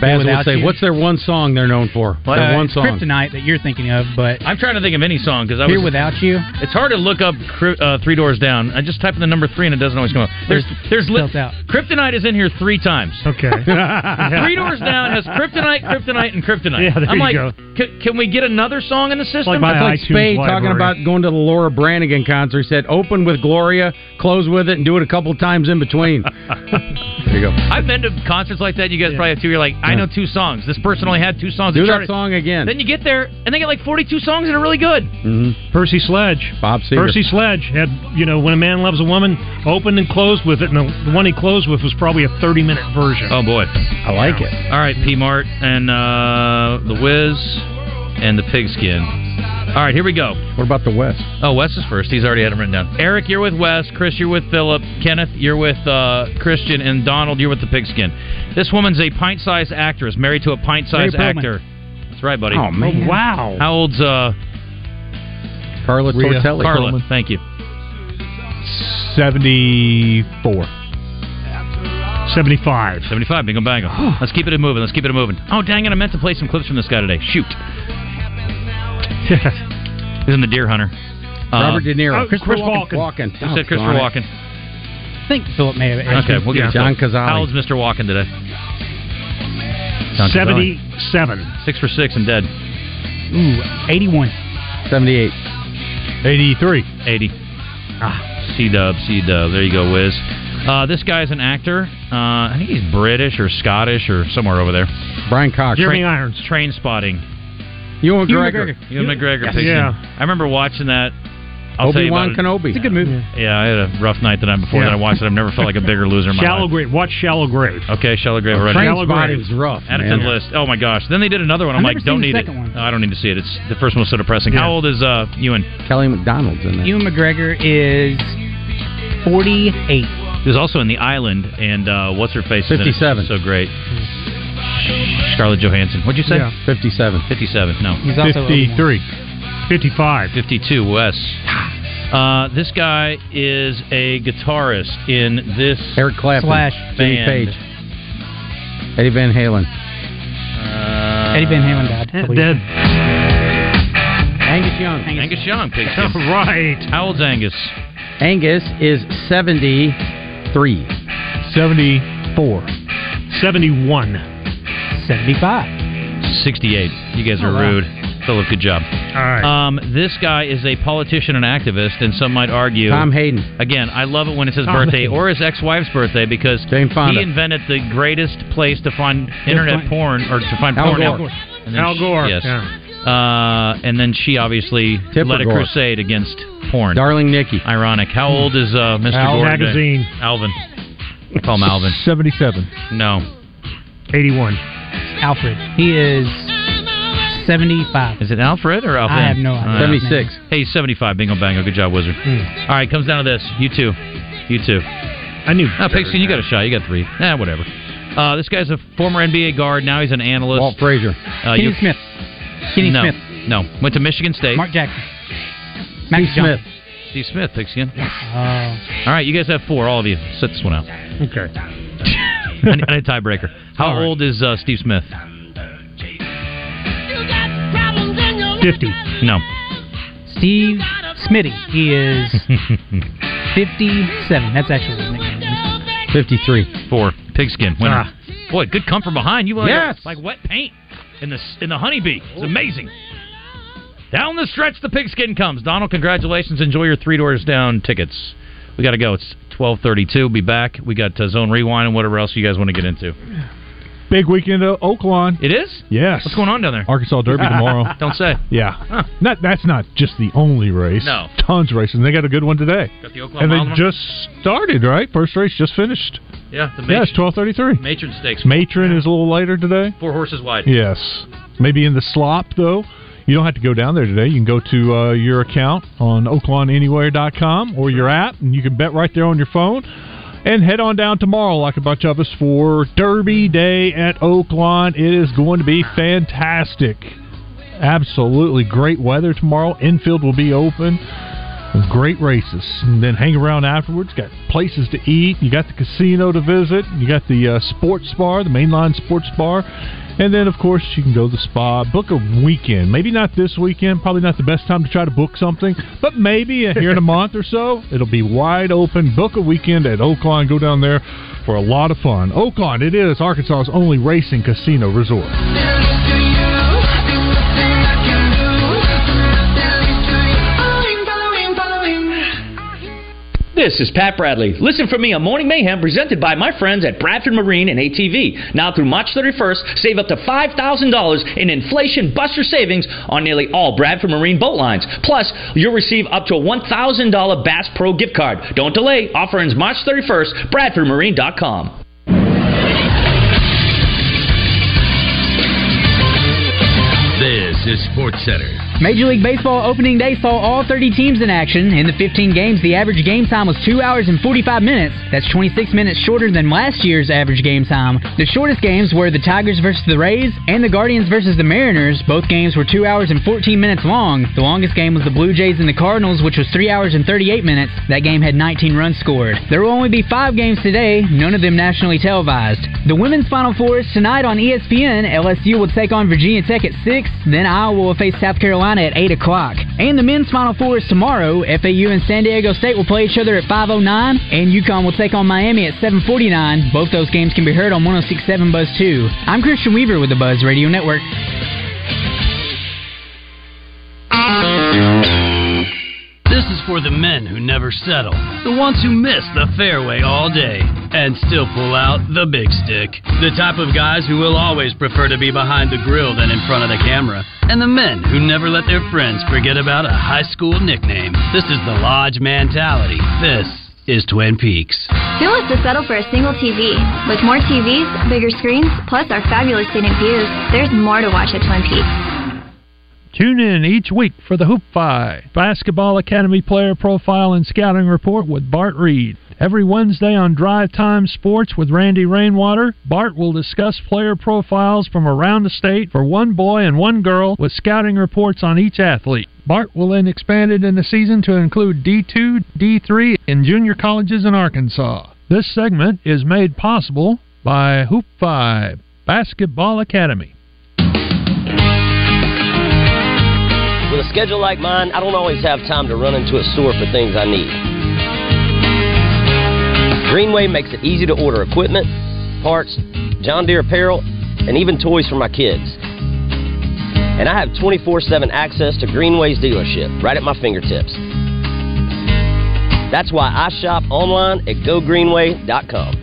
Baz
Without
would say,
you.
"What's their one song they're known for?
Well,
their
uh,
one
it's
song."
Kryptonite that you're thinking of, but
I'm trying to think of any song because I was.
Here Without You.
It's hard to look up cri- uh, three doors down. I just type in the number three and it doesn't always come up. There's there's li-
Spelt out.
kryptonite is in here three times. [LAUGHS]
Okay.
Three doors down has kryptonite, kryptonite, and kryptonite.
Yeah, there
I'm
you
like,
go.
"C- can we get another song in the system?
That's like Spade talking about going to the Laura Branigan concert. He said, "Open with Gloria, close with it, and do it a couple times in [LAUGHS] between." there you go.
I've been to concerts like that. You guys probably have too. You're like, I know two songs. This person only had two songs.
Do
They
that
charted-
song again.
Then you get there and they get like 42 songs that are really good. Mm-hmm.
Percy Sledge.
Bob Seger.
Percy Sledge had, you know, when a man loves a woman, opened and closed with it, and the, the one he closed with was probably a thirty-minute version.
Oh boy,
I like it.
All right, P Mart and uh, the Whiz and the Pigskin. All right, here we go.
What about the West?
Oh, Wes is first. He's already had him written down. Eric, you're with Wes. Chris, you're with Philip. Kenneth, you're with uh, Christian. And Donald, you're with the pigskin. This woman's a pint sized actress, married to a pint sized
Mary Pullman.
actor. That's right, buddy.
Oh, man. Oh, wow.
How old's uh,
Carla
Rhea
Tortelli.
Carla, thank you.
74.
75.
75, bingo
[SIGHS]
bango. Let's keep it moving. Let's keep it moving. Oh, dang it. I meant to play some clips from this guy today.
[LAUGHS]
Shoot. He's in The Deer Hunter. Uh,
Robert De Niro.
Chris
Christopher Walken. Walken.
Who said
Oh,
Christopher
darn
Walken?
it. I think Philip may have. asked
Okay,
me.
we'll get
John Cazale.
How old's Mr. Walken today? John Cazale.
Seventy-seven.
Six for six and dead.
Ooh, 81.
78.
83.
80. Ah, C Dub, C Dub. There you go, Wiz. Uh, this guy's an actor. Uh, I think he's British or Scottish or somewhere over there.
Brian Cox.
Jeremy
Irons.
Train spotting.
Ewan Ewan McGregor. McGregor.
Ewan McGregor.
Yes.
Pixie.
Yeah.
I remember watching that I'll tell you
Obi-Wan
about it.
Kenobi. It's a good movie.
Yeah, I had a rough night the night before
Yeah.
that I watched it. I've never felt like a bigger loser in my
Shallow
life.
grave. Watch Shallow grave.
Okay, Shallow Grave already.
Trainspotting
was rough.
Addington
man.
list. Oh my gosh. Then they did another one. I'm
I've
like,
never
don't
seen
need it.
the second
No, I don't need to see it. It's the first one was so depressing. How old is uh Ewan?
Kelly McDonald's in there.
Ewan McGregor is 48.
He was also in The Island and uh what's her face? is in it.
57.
So great. Scarlett Johansson. What'd you say?
Yeah. 57.
57. No.
He's also 53.
55.
52. Wes. Uh, this guy is a guitarist in this
Eric Clapton.
Slash
Jimmy
band.
Page. Eddie Van Halen.
Uh,
Eddie Van Halen died. a couple years ago.
Angus Young.
Angus, Young. Picked him.
right.
How old's Angus?
Angus is 73.
74.
71.
75.
68. You guys are
Oh, wow.
rude. Philip, good job.
All right.
Um, this guy is a politician and activist, and some might argue
Tom Hayden.
Again, I love it when it's his
Tom
birthday
Hayden.
or his ex-wife's birthday because
Fonda.
he invented the greatest place to find internet
fine.
porn or to find
Al
porn.
Gore.
And then
Al
she-
Gore,
yes.
yeah.
Uh, and then she obviously
Tipper
led a
Gore.
crusade against porn.
Darling Nikki.
Ironic. How old is uh, Mr.
Al
Gore today?
Magazine.
Alvin. Call him
[LAUGHS]
Alvin.
77.
No.
81.
Alfred. He is 75.
Is it Alfred or Alvin?
I have no idea. Hmm.
Uh,
76.
Hey, 75. Bingo bango. Good job, Wizard. All right, comes down to this. You two. You two. I
knew.
Oh, Pigskin, you got a shot. You got three. Nah, whatever. Uh, this guy's a former NBA guard. Now he's an analyst. Walt
Frazier.
Uh,
Kenny
you-
Smith. Kenny
no,
Smith.
No. Went to Michigan State.
Mark Jackson. Max Johnson.
Steve Smith, Pigskin.
Oh.
All right, you guys have four, all of you. Set this one out.
Okay.
I need, I need a tiebreaker. How old is uh, Steve Smith?
50.
No.
Steve Smitty. He
[LAUGHS]
is 57. That's actually his nickname.
53.
Four. Pigskin. Winner.
Ah,
Boy, good come from behind. You like,
Yes.
like wet paint in the in the honeybee. It's amazing. Down the stretch, the pigskin comes. Donald, congratulations. Enjoy your three doors down tickets. We got to go. It's twelve thirty-two. Be back. We got uh, zone rewind and whatever else you guys want to get into.
Big weekend at Oaklawn.
It is.
Yes.
What's going on down there?
Arkansas
[LAUGHS]
Derby tomorrow.
Don't say.
Yeah. Not that's not just the only race.
No.
Tons of races. And they got a good one today.
Got the Oklahoma
and they
Mild
just started, right? First race just finished.
Yeah. The
yeah, it's twelve thirty three.
Matron stakes.
Matron is a little later today.
Four horses wide.
Yes. Maybe in the slop though. You don't have to go down there today. You can go to uh, your account on oaklawnanywhere.com or your app, and you can bet right there on your phone. And head on down tomorrow, like a bunch of us, for Derby Day at Oaklawn. It is going to be fantastic. Absolutely great weather tomorrow. Infield will be open. Great races. And then hang around afterwards. Got places to eat. You got the casino to visit. You got the uh, sports bar, the mainline sports bar. And then, of course, you can go to the spa. Book a weekend. Maybe not this weekend. Probably not the best time to try to book something. But maybe here in a month or so, it'll be wide open. Book a weekend at Oakland. Go down there for a lot of fun. Oakland, it is Arkansas's only racing casino resort.
This is Pat Bradley. Listen for me on Morning Mayhem presented by my friends at Bradford Marine and ATV. Now through March 31st, save up to $5,000 in inflation buster savings on nearly all Bradford Marine boat lines. Plus, you'll receive up to a $1,000 Bass Pro gift card. Don't delay. Offer ends March 31st, bradfordmarine.com.
This is Sports Center.
Major League Baseball opening day saw all 30 teams in action. In the 15 games, the average game time was 2 hours and 45 minutes. That's 26 minutes shorter than last year's average game time. The shortest games were the Tigers versus the Rays and the Guardians versus the Mariners. Both games were 2 hours and 14 minutes long. The longest game was the Blue Jays and the Cardinals, which was 3 hours and 38 minutes. That game had 19 runs scored. There will only be 5 games today, none of them nationally televised. The women's Final Four is tonight on E ESPN. LSU will take on Virginia Tech at 6, then Iowa will face South Carolina at 8 o'clock. And the men's Final Four is tomorrow. FAU and San Diego State will play each other at 5.09, and UConn will take on Miami at 7.49. Both those games can be heard on 106.7 Buzz 2. I'm Christian Weaver with the Buzz Radio Network.
This is for the men who never settle, the ones who miss the fairway all day. and still pull out the big stick. The type of guys who will always prefer to be behind the grill than in front of the camera. And the men who never let their friends forget about a high school nickname. This is the Lodge mentality. This is Twin Peaks.
Who wants to settle for a single TV? With more TVs, bigger screens, plus our fabulous scenic views, there's more to watch at Twin Peaks.
Tune in each week for the Hoopfy Basketball Academy Player Profile and Scouting Report with Bart Reed. Every Wednesday on Drive Time Sports with Randy Rainwater, Bart will discuss player profiles from around the state for one boy and one girl with scouting reports on each athlete. Bart will then expand it in the season to include D2, D3, and junior colleges in Arkansas. This segment is made possible by Hoopfy Basketball Academy.
With a schedule like mine, I don't always have time to run into a store for things I need. Greenway makes it easy to order equipment, parts, John Deere apparel, and even toys for my kids. And I have 24 7 access to Greenway's dealership right at my fingertips. That's why I shop online at gogreenway.com.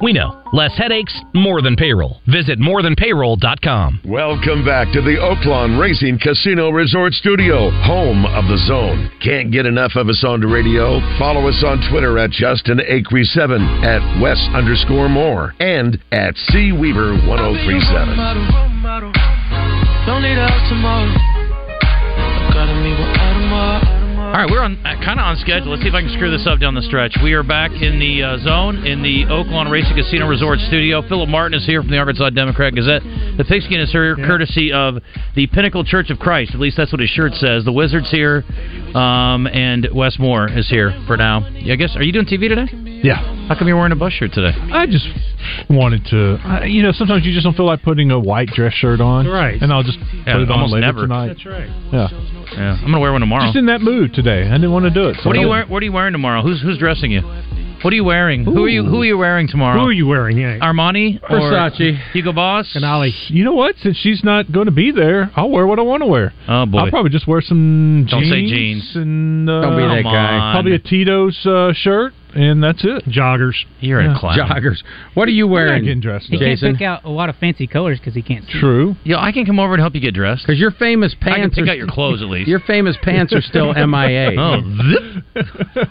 we know. Less headaches, more than payroll. Visit morethanpayroll.com.
Welcome back to the Oaklawn Racing Casino Resort Studio, home of the zone. Can't get enough of us on the radio? Follow us on Twitter at Justin Acree7, at Wes underscore Moore, and at C Weaver 1037.
Don't need help tomorrow. I gotta meet with Audemars.
All right, we're on kind of on schedule. Let's see if I can screw this up down the stretch. We are back in the uh, zone in the Oaklawn Racing Casino Resort Studio. Philip Martin is here from the Arkansas Democrat Gazette. The Pigskin is here, courtesy of the Pinnacle Church of Christ. At least that's what his shirt says. The Wizard's here, um, and Wes Moore is here for now. I guess. Are you doing TV today?
Yeah.
How come you're wearing a bus shirt today?
I just wanted to, I, you know, sometimes you just don't feel like putting a white dress shirt on.
Right.
And I'll just
Yeah,
put it on
almost
later
never.
tonight.
That's right.
Yeah.
Yeah, I'm gonna wear one tomorrow.
Just in that mood today. I didn't want to do it. so
What are
I
you
don't-
wearing? What are you wearing tomorrow? Who's who's dressing you? What are you wearing? Who are you? Who are you wearing tomorrow?
Who are
you wearing? Yeah.
Armani or
Versace.
Hugo Boss, and
You know what? Since she's not going to be there, I'll wear what I want to wear.
Oh boy!
I'll probably just wear some
Don't
jeans.
say jeans.
And, uh,
Don't be that Come guy. on.
Probably a Tito's uh, shirt, and that's it.
Joggers.
You're
in
a clown.
Joggers. What are you
I'm
wearing,
not getting dressed
He
up.
can't pick out a lot of fancy colors because he can't see.
True.
Yeah, I can come over and help you get dressed.
Because your famous pants.
I can pick
are-
out your clothes at least.
Your famous pants
[LAUGHS]
are still MIA.
Oh, zip.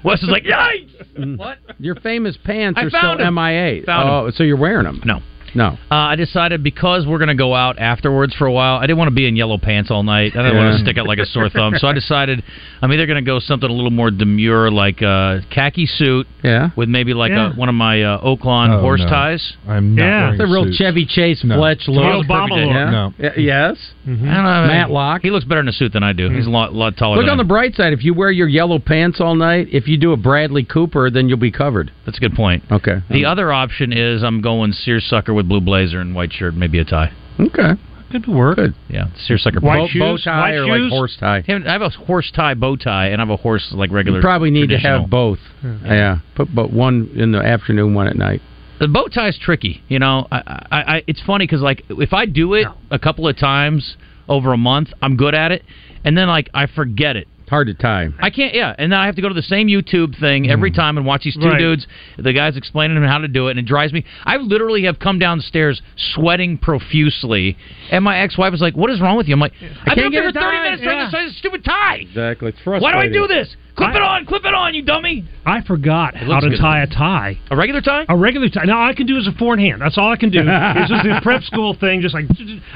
Wes is like, yikes!
What? Mm. Your famous pants
I
are
found
still
'em.
MIA.
Found
oh, so you're wearing them?
No.
No.
Uh, I decided because we're going to go out afterwards for a while, I didn't want to be in yellow pants all night. I didn't want
Yeah.
to stick out like a sore thumb. So I decided I'm either going to go something a little more demure, like a khaki suit
yeah.
with maybe like
Yeah.
a, one of my uh, Oaklawn
Oh,
horse
no.
ties.
I'm
not Yeah. wearing The real suits. Chevy Chase No. Fletch look.
Tomorrow's
Obama
perfect day.
look. No. Y- yes.
I don't know.
Matt Lock.
He looks better in a suit than I do. He's a lot, lot taller
Look
than
on
I
the bright side. If you wear your yellow pants all night, if you do a Bradley Cooper, then you'll be covered.
That's a good point.
Okay.
The other option is I'm going seersucker with blue blazer and white shirt, maybe a tie.
Okay.
Good work.
Yeah, seersucker.
White Bow- shoes? bow tie White or, like, shoes? horse tie?
I have a horse tie, bow tie, and I have a horse like regular.
you probably need to have
traditional.
both. Yeah. Put but one in the afternoon, one at night.
The bow tie is tricky. You know, I, I, I it's funny because like if I do it a couple of times over a month, I'm good at it, and then like I forget it.
Hard to tie.
I can't. Yeah, and then I have to go to the same YouTube thing
Mm.
every time and watch these two
Right.
dudes. The guys explaining them how to do it, and it drives me. I literally have come downstairs sweating profusely, and my ex-wife is like, "What is wrong with you?" I'm like, "I've been
can't
up there
get
for
a
30
tie.
minutes trying to
Yeah.
tie this stupid tie.
Exactly. It's
Why do I do this? Clip it on, clip it on, you dummy."
I forgot how
looks
to
good.
tie a tie.
A regular tie?
A regular tie. Now I can do as a forehand. That's all I
[LAUGHS]
can do. it's just the prep school thing. Just like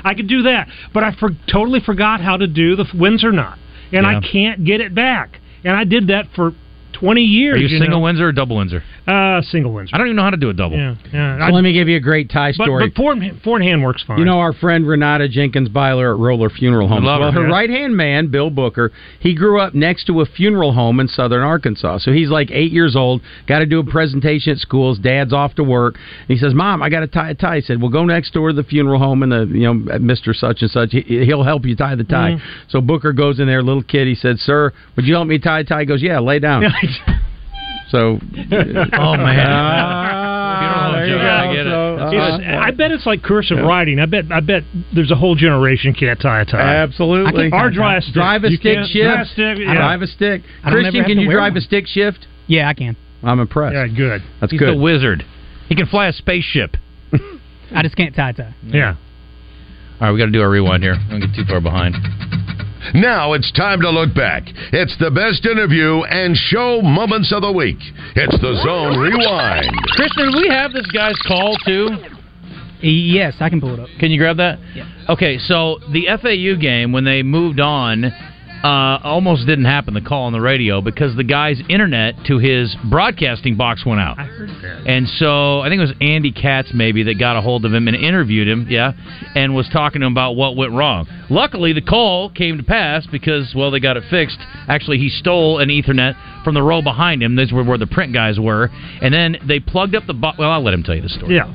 I could do that, but I for, totally forgot how to do the f- Windsor knot, and
Yeah.
I can't get it back. And I did that for 20 years.
Are you,
you
single
know?
Windsor or double Windsor?
Uh, single Windsor.
I don't even know how to do a double.
Yeah, yeah.
So let me give you a great tie
but,
story.
but four, four in hand works fine.
You know our friend Renata Jenkins Byler at Roller Funeral Home.
love
Well,
her,
her
yeah.
right hand man, Bill Booker, he grew up next to a funeral home in southern Arkansas. So he's like eight years old, got to do a presentation at school. His dad's off to work. He says, "Mom, I got to tie a tie." He said, "Well, go next door to the funeral home and the you know Mister Such and Such. He, he'll help you tie the tie."
Mhm.
Mm-hmm.
So Booker goes in there, little kid. He said, "Sir, would you help me tie a tie?" He goes, "Yeah,
[LAUGHS]
lay down." [LAUGHS] so,
Oh, man.
Ah, there you
Yeah,
go.
so,
That's
it's-
fine.
I bet it's like cursive
Yeah.
writing. I bet I bet there's a whole generation can't tie a tie.
Absolutely. I can tie
Or
a
dry
tie.
stick.
Drive a
You
stick
can't-
shift.
Dry stick,
I
yeah.
drive a stick.
I don't
Christian,
ever have
can
to
you
wear
drive
one.
a stick shift?
Yeah, I can.
I'm impressed.
Yeah, good.
That's
He's
good.
the wizard. He can fly a spaceship.
I just can't tie tie.
Yeah.
All right, we got to do our rewind here. Don't get too far behind.
Now it's time to look back. It's the best interview and show moments of the week. It's the Zone Rewind.
Kristen, we have this guy's call too.
Yes, I can pull it up.
Can you grab that? Yeah. Okay, so the FAU game when they moved on uh, almost didn't happen. The call on the radio because the guy's internet to his broadcasting box went out. And so I think it was Andy Katz maybe that got a hold of him and interviewed him, yeah, and was talking to him about what went wrong. Luckily, the call came to pass because, well, they got it fixed. Actually, he stole an Ethernet from the row behind him. These were where the print guys were. And then they plugged up the box. Well, I'll let him tell you the story.
Yeah.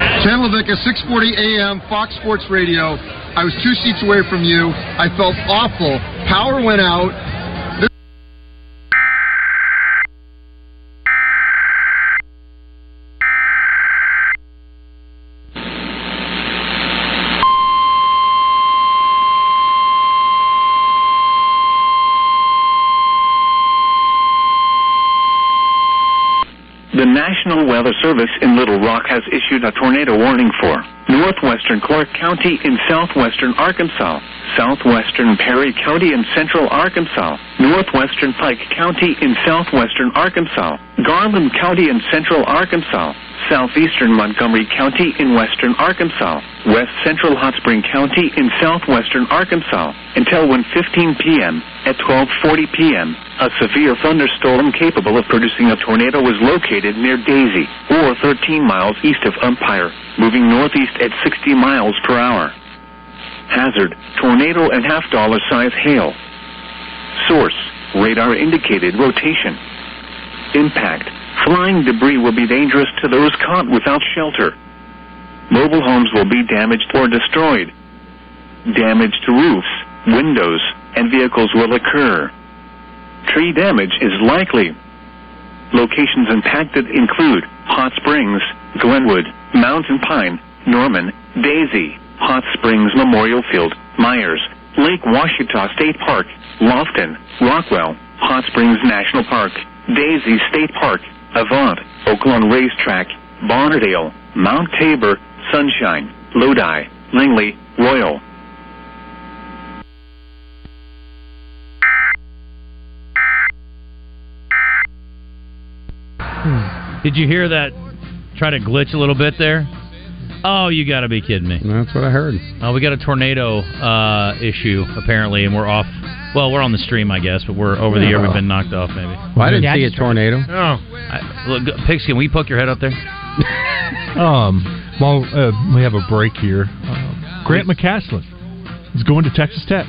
Channelovic at 6:40 a.m. Fox Sports Radio. I was two seats away from you. I felt awful. Power went out. This-
The National Weather Service in Little Rock has issued a tornado warning for northwestern Clark County in southwestern Arkansas, southwestern Perry County in central Arkansas, northwestern Pike County in southwestern Arkansas, Garland County in central Arkansas, southeastern Montgomery County in western Arkansas, west central Hot Spring County in southwestern Arkansas, until 1:15 p.m. At 12:40 p.m., a severe thunderstorm capable of producing a tornado was located near Daisy, or 13 miles east of Umpire, moving northeast at 60 miles per hour. Hazard: tornado and half dollar size hail. Source: radar indicated rotation. Impact: flying debris will be dangerous to those caught without shelter. Mobile homes will be damaged or destroyed. Damage to roofs, windows, and vehicles will occur. Tree damage is likely. Locations impacted include Hot Springs, Glenwood, Mountain Pine, Norman, Daisy, Hot Springs Memorial Field, Myers, Lake Washita State Park, Lofton, Rockwell, Hot Springs National Park, Daisy State Park, Avant, Oaklawn Racetrack, Bonnerdale, Mount Tabor, Sunshine, Lodi, Langley, Royal,
Did you hear that? Try to glitch a little bit there. Oh, you got to be kidding me!
That's what I heard.
Uh, we got a tornado uh, issue apparently, and we're off. Well, we're on the stream, I guess, but we're over the air. We've been knocked off, maybe.
Well, I didn't see a tornado.
Oh, I, look, g- pigskin, will you poke your head up there?
Um, well, uh, we have a break here. Um, Grant McCaslin is going to Texas Tech.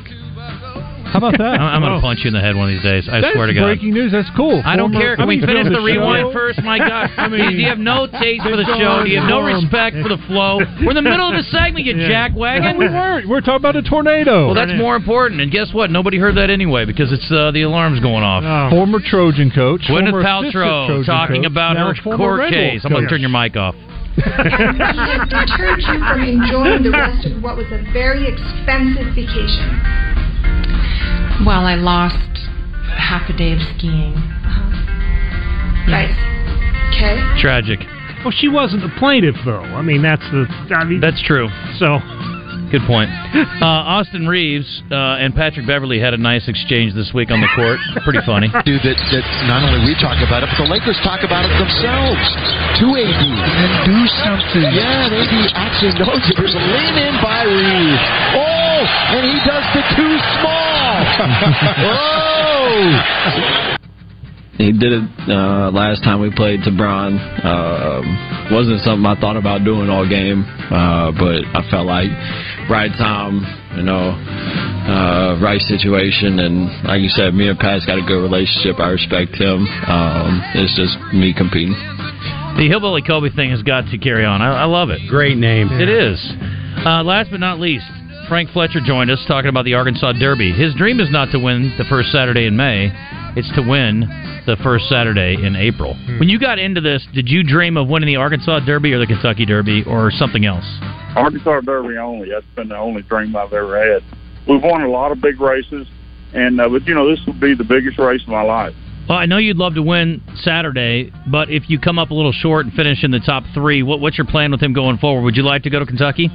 How about that?
[LAUGHS] I'm, I'm
Oh.
gonna punch you in the head one of these days. I
That's
swear to God.
breaking news. That's cool.
I don't
Former-
care. Can
I
we
mean,
finish
the
the rewind
show.
first? My God.
[LAUGHS] I mean,
Do you have no taste for the
they've
show? Do you have no
gone
respect for the flow? [LAUGHS] We're in the middle of the segment,
[LAUGHS]
you
Yeah.
jackwagon.
No, we weren't. We're talking about a tornado.
Well, that's more important. And guess what? Nobody heard that anyway because it's uh, the alarm's going off.
Oh. Former Trojan coach.
Gwyneth
former assistant
Paltrow
Trojan
talking
coach,
about
now
her
former
court
Red Bull
case. I'm going to
coach.
turn your
[LAUGHS]
mic off.
It deterred you from enjoying the rest of what was a very expensive vacation.
Well, I lost half a day of skiing.
Right. Okay.
Tragic.
Well, she wasn't the plaintiff though. I mean, that's the. I mean,
that's true.
So.
Good
[LAUGHS]
point. Uh, Austin Reeves uh, and Patrick Beverly had a nice exchange this week on the court. Pretty
[LAUGHS]
funny.
Dude, that, that not only we talk about it, but the Lakers talk about it themselves to AD. And do something. Yeah, and AD actually knows it. There's a lean in by Reeves. Oh, and he does the too small. oh.
he did it uh, last time we played Tebron. Um, wasn't something I thought about doing all game, uh, but I felt like right time, you know, uh, right situation. And like you said, me and Pat's got a good relationship. I respect him. Um, it's just me competing.
The Hillbilly Kobe thing has got to carry on. I, I love it. Great name. It is. Uh, last but not least, Frank Fletcher joined us talking about the Arkansas Derby. His dream is not to win the first Saturday in May, it's to win the first Saturday in April. When you got into this, did you dream of winning the Arkansas Derby or the Kentucky Derby or something else?
Arkansas Derby only. That's been the only dream I've ever had. We've won a lot of big races, and uh, but you know this would be the biggest race of my life.
Well, I know you'd love to win Saturday, but if you come up a little short and finish in the top three, what, what's your plan with him going forward? Would you like to go to Kentucky?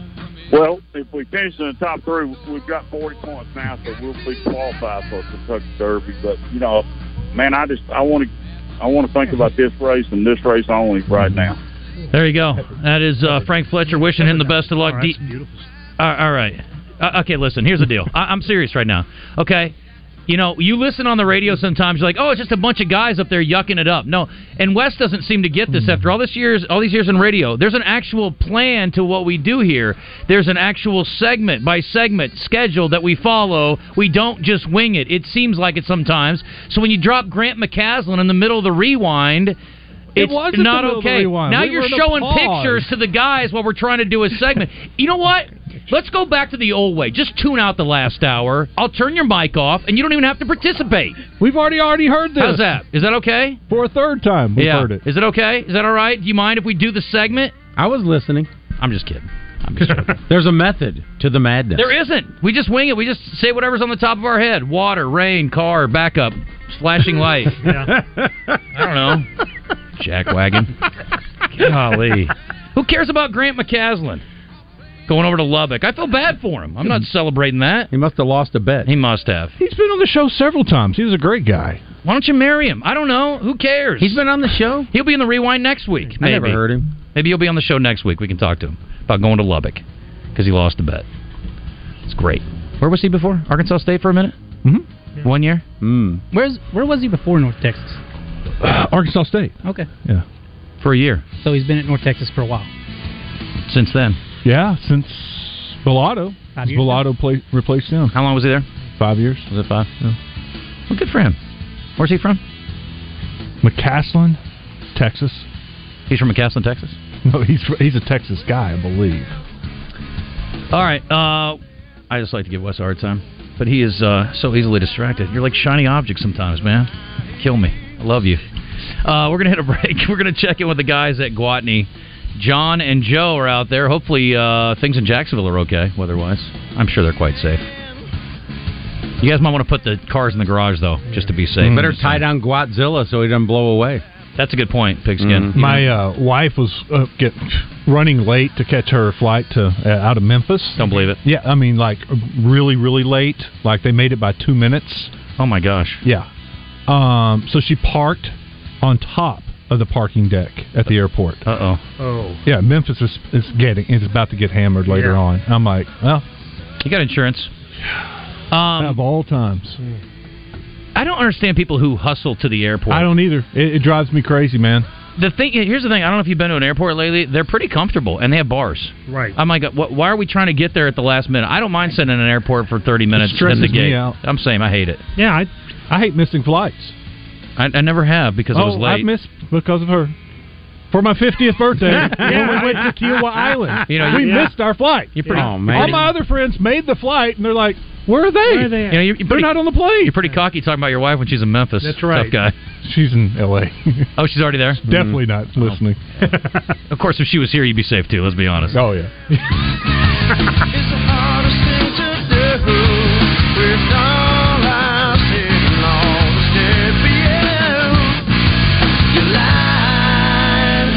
Well, if we finish in the top three, we've got 40 points now, so we'll be qualified for Kentucky Derby. But you know, man, I just I want to I want to think about this race and this race only right now.
There you go. That is uh, Frank Fletcher wishing him the best of luck. De- All- all right. Uh, okay, listen, here's the deal. I- I'm serious right now. Okay? You know, you listen on the radio sometimes, you're like, oh, it's just a bunch of guys up there yucking it up. No. And Wes doesn't seem to get this after all this years, all these years in radio. There's an actual plan to what we do here. There's an actual segment by segment schedule that we follow. We don't just wing it. It seems like it sometimes. So when you drop Grant McCaslin in the middle of the rewind,
It
it's
wasn't the
not
middle of the
okay.
rewind.
Now
We
you're
were in a
showing
pause.
pictures to the guys while we're trying to do a
[LAUGHS]
segment. you know what? Let's go back to the old way. Just tune out the last hour. I'll turn your mic off, and you don't even have to participate.
We've already already heard this.
How's that? Is that okay?
For a third time, we've
yeah.
heard it.
Is it okay? Is that all right? Do you mind if we do the segment?
I was listening.
I'm just kidding.
[LAUGHS] There's a method to the madness.
There isn't. We just wing it. We just say whatever's on the top of our head: water, rain, car, backup,
[LAUGHS]
flashing light. I don't know. Jackwagon. Golly. Who cares about Grant McCaslin going over to Lubbock? I feel bad for him. I'm not celebrating that.
He must have lost a bet.
He must have.
He's been on the show several times. He was a great guy.
Why don't you marry him? I don't know. Who cares? He's
been on the show.
He'll be in the rewind next week.
I
Maybe.
never heard him.
Maybe he'll be on the show next week. We can talk to him about going to Lubbock because he lost a bet. It's great. Where was he before? Arkansas State for a minute. Mm-hmm. One year.
Mm.
Where's where was he before North Texas?
Arkansas State.
Okay.
Yeah.
For a year.
So he's been at North Texas for a while.
Since then.
Yeah, since Bellato.
Five years
Bellato play, replaced him.
How long was he there?
Five years.
Was it five?
Yeah.
Well, good for him. Where's he from?
McCaslin, Texas.
He's from McCaslin, Texas.
No, he's he's a Texas guy, I believe.
All right. Uh, I just like to give Wes a hard time, but he is uh, so easily distracted. You're like shiny object sometimes, man. Kill me. I love you. Uh, we're gonna hit a break. [LAUGHS] We're gonna check in with the guys at Guatney. John and Joe are out there. Hopefully, uh, things in Jacksonville are okay weather-wise. I'm sure they're quite safe. You guys might want to put the cars in the garage though, just to be safe.
Better tie down Guatzilla so he doesn't blow away. Mm-hmm.
That's a good point, Pigskin.
My uh, wife was uh, get running late to catch her flight to uh, out of Memphis.
Don't believe it.
Yeah, I mean like really really late. Like they made it by 2 minutes.
Oh my gosh.
Yeah. Um so she parked on top of the parking deck at the airport.
Uh-oh.
Oh. Yeah, Memphis is, is getting it's about to get hammered later
Yeah.
on. I'm like, well,
You got insurance. Um,
of all times.
I don't understand people who hustle to the airport.
I don't either. It, it drives me crazy, man.
The thing here's the thing. I don't know if you've been to an airport lately. They're pretty comfortable and they have bars.
Right.
I'm like, what, why are we trying to get there at the last minute? I don't mind sitting in an airport for 30 minutes
stresses
in the
me
gate.
out.
I'm saying I hate it.
Yeah, I
I hate missing flights.
I, I never have because
oh,
I was late.
I missed because of her. For my 50th birthday,
Yeah.
when we went to Kiowa Island,
You know,
we
yeah.
missed our flight.
You're pretty- Oh,
All
man.
my other friends made the flight, and they're like, "Where are they?
You know, you're, you're pretty,
they're not on the plane."
You're pretty cocky talking about your wife when she's in Memphis.
That's right.
Tough guy.
She's in L.A.
Oh, she's already there. Oh.
Definitely not listening.
Of course, if she was here, you'd be safe too. Let's be honest.
Oh yeah.
It's the hardest thing to do with all I've seen and all that's dead for you. You lied.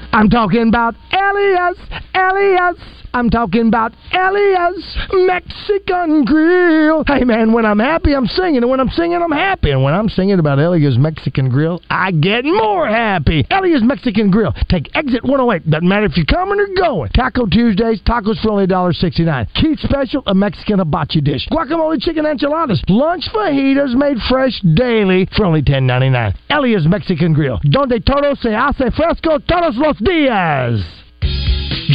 I I'm talking about Elias, Elias. I'm talking about Elias Mexican Grill. Hey man, when I'm happy, I'm singing, and when I'm singing, I'm happy. And when I'm singing about Elias Mexican Grill, I get more happy. Elias Mexican Grill. Take exit 108. Doesn't matter if you're coming or going. Taco Tuesdays, tacos for only $1.69. Keith Special, a Mexican hibachi dish. Guacamole chicken enchiladas. Lunch fajitas made fresh daily for only $10.99. Elias Mexican Grill. Donde todo se hace fresco todos los días.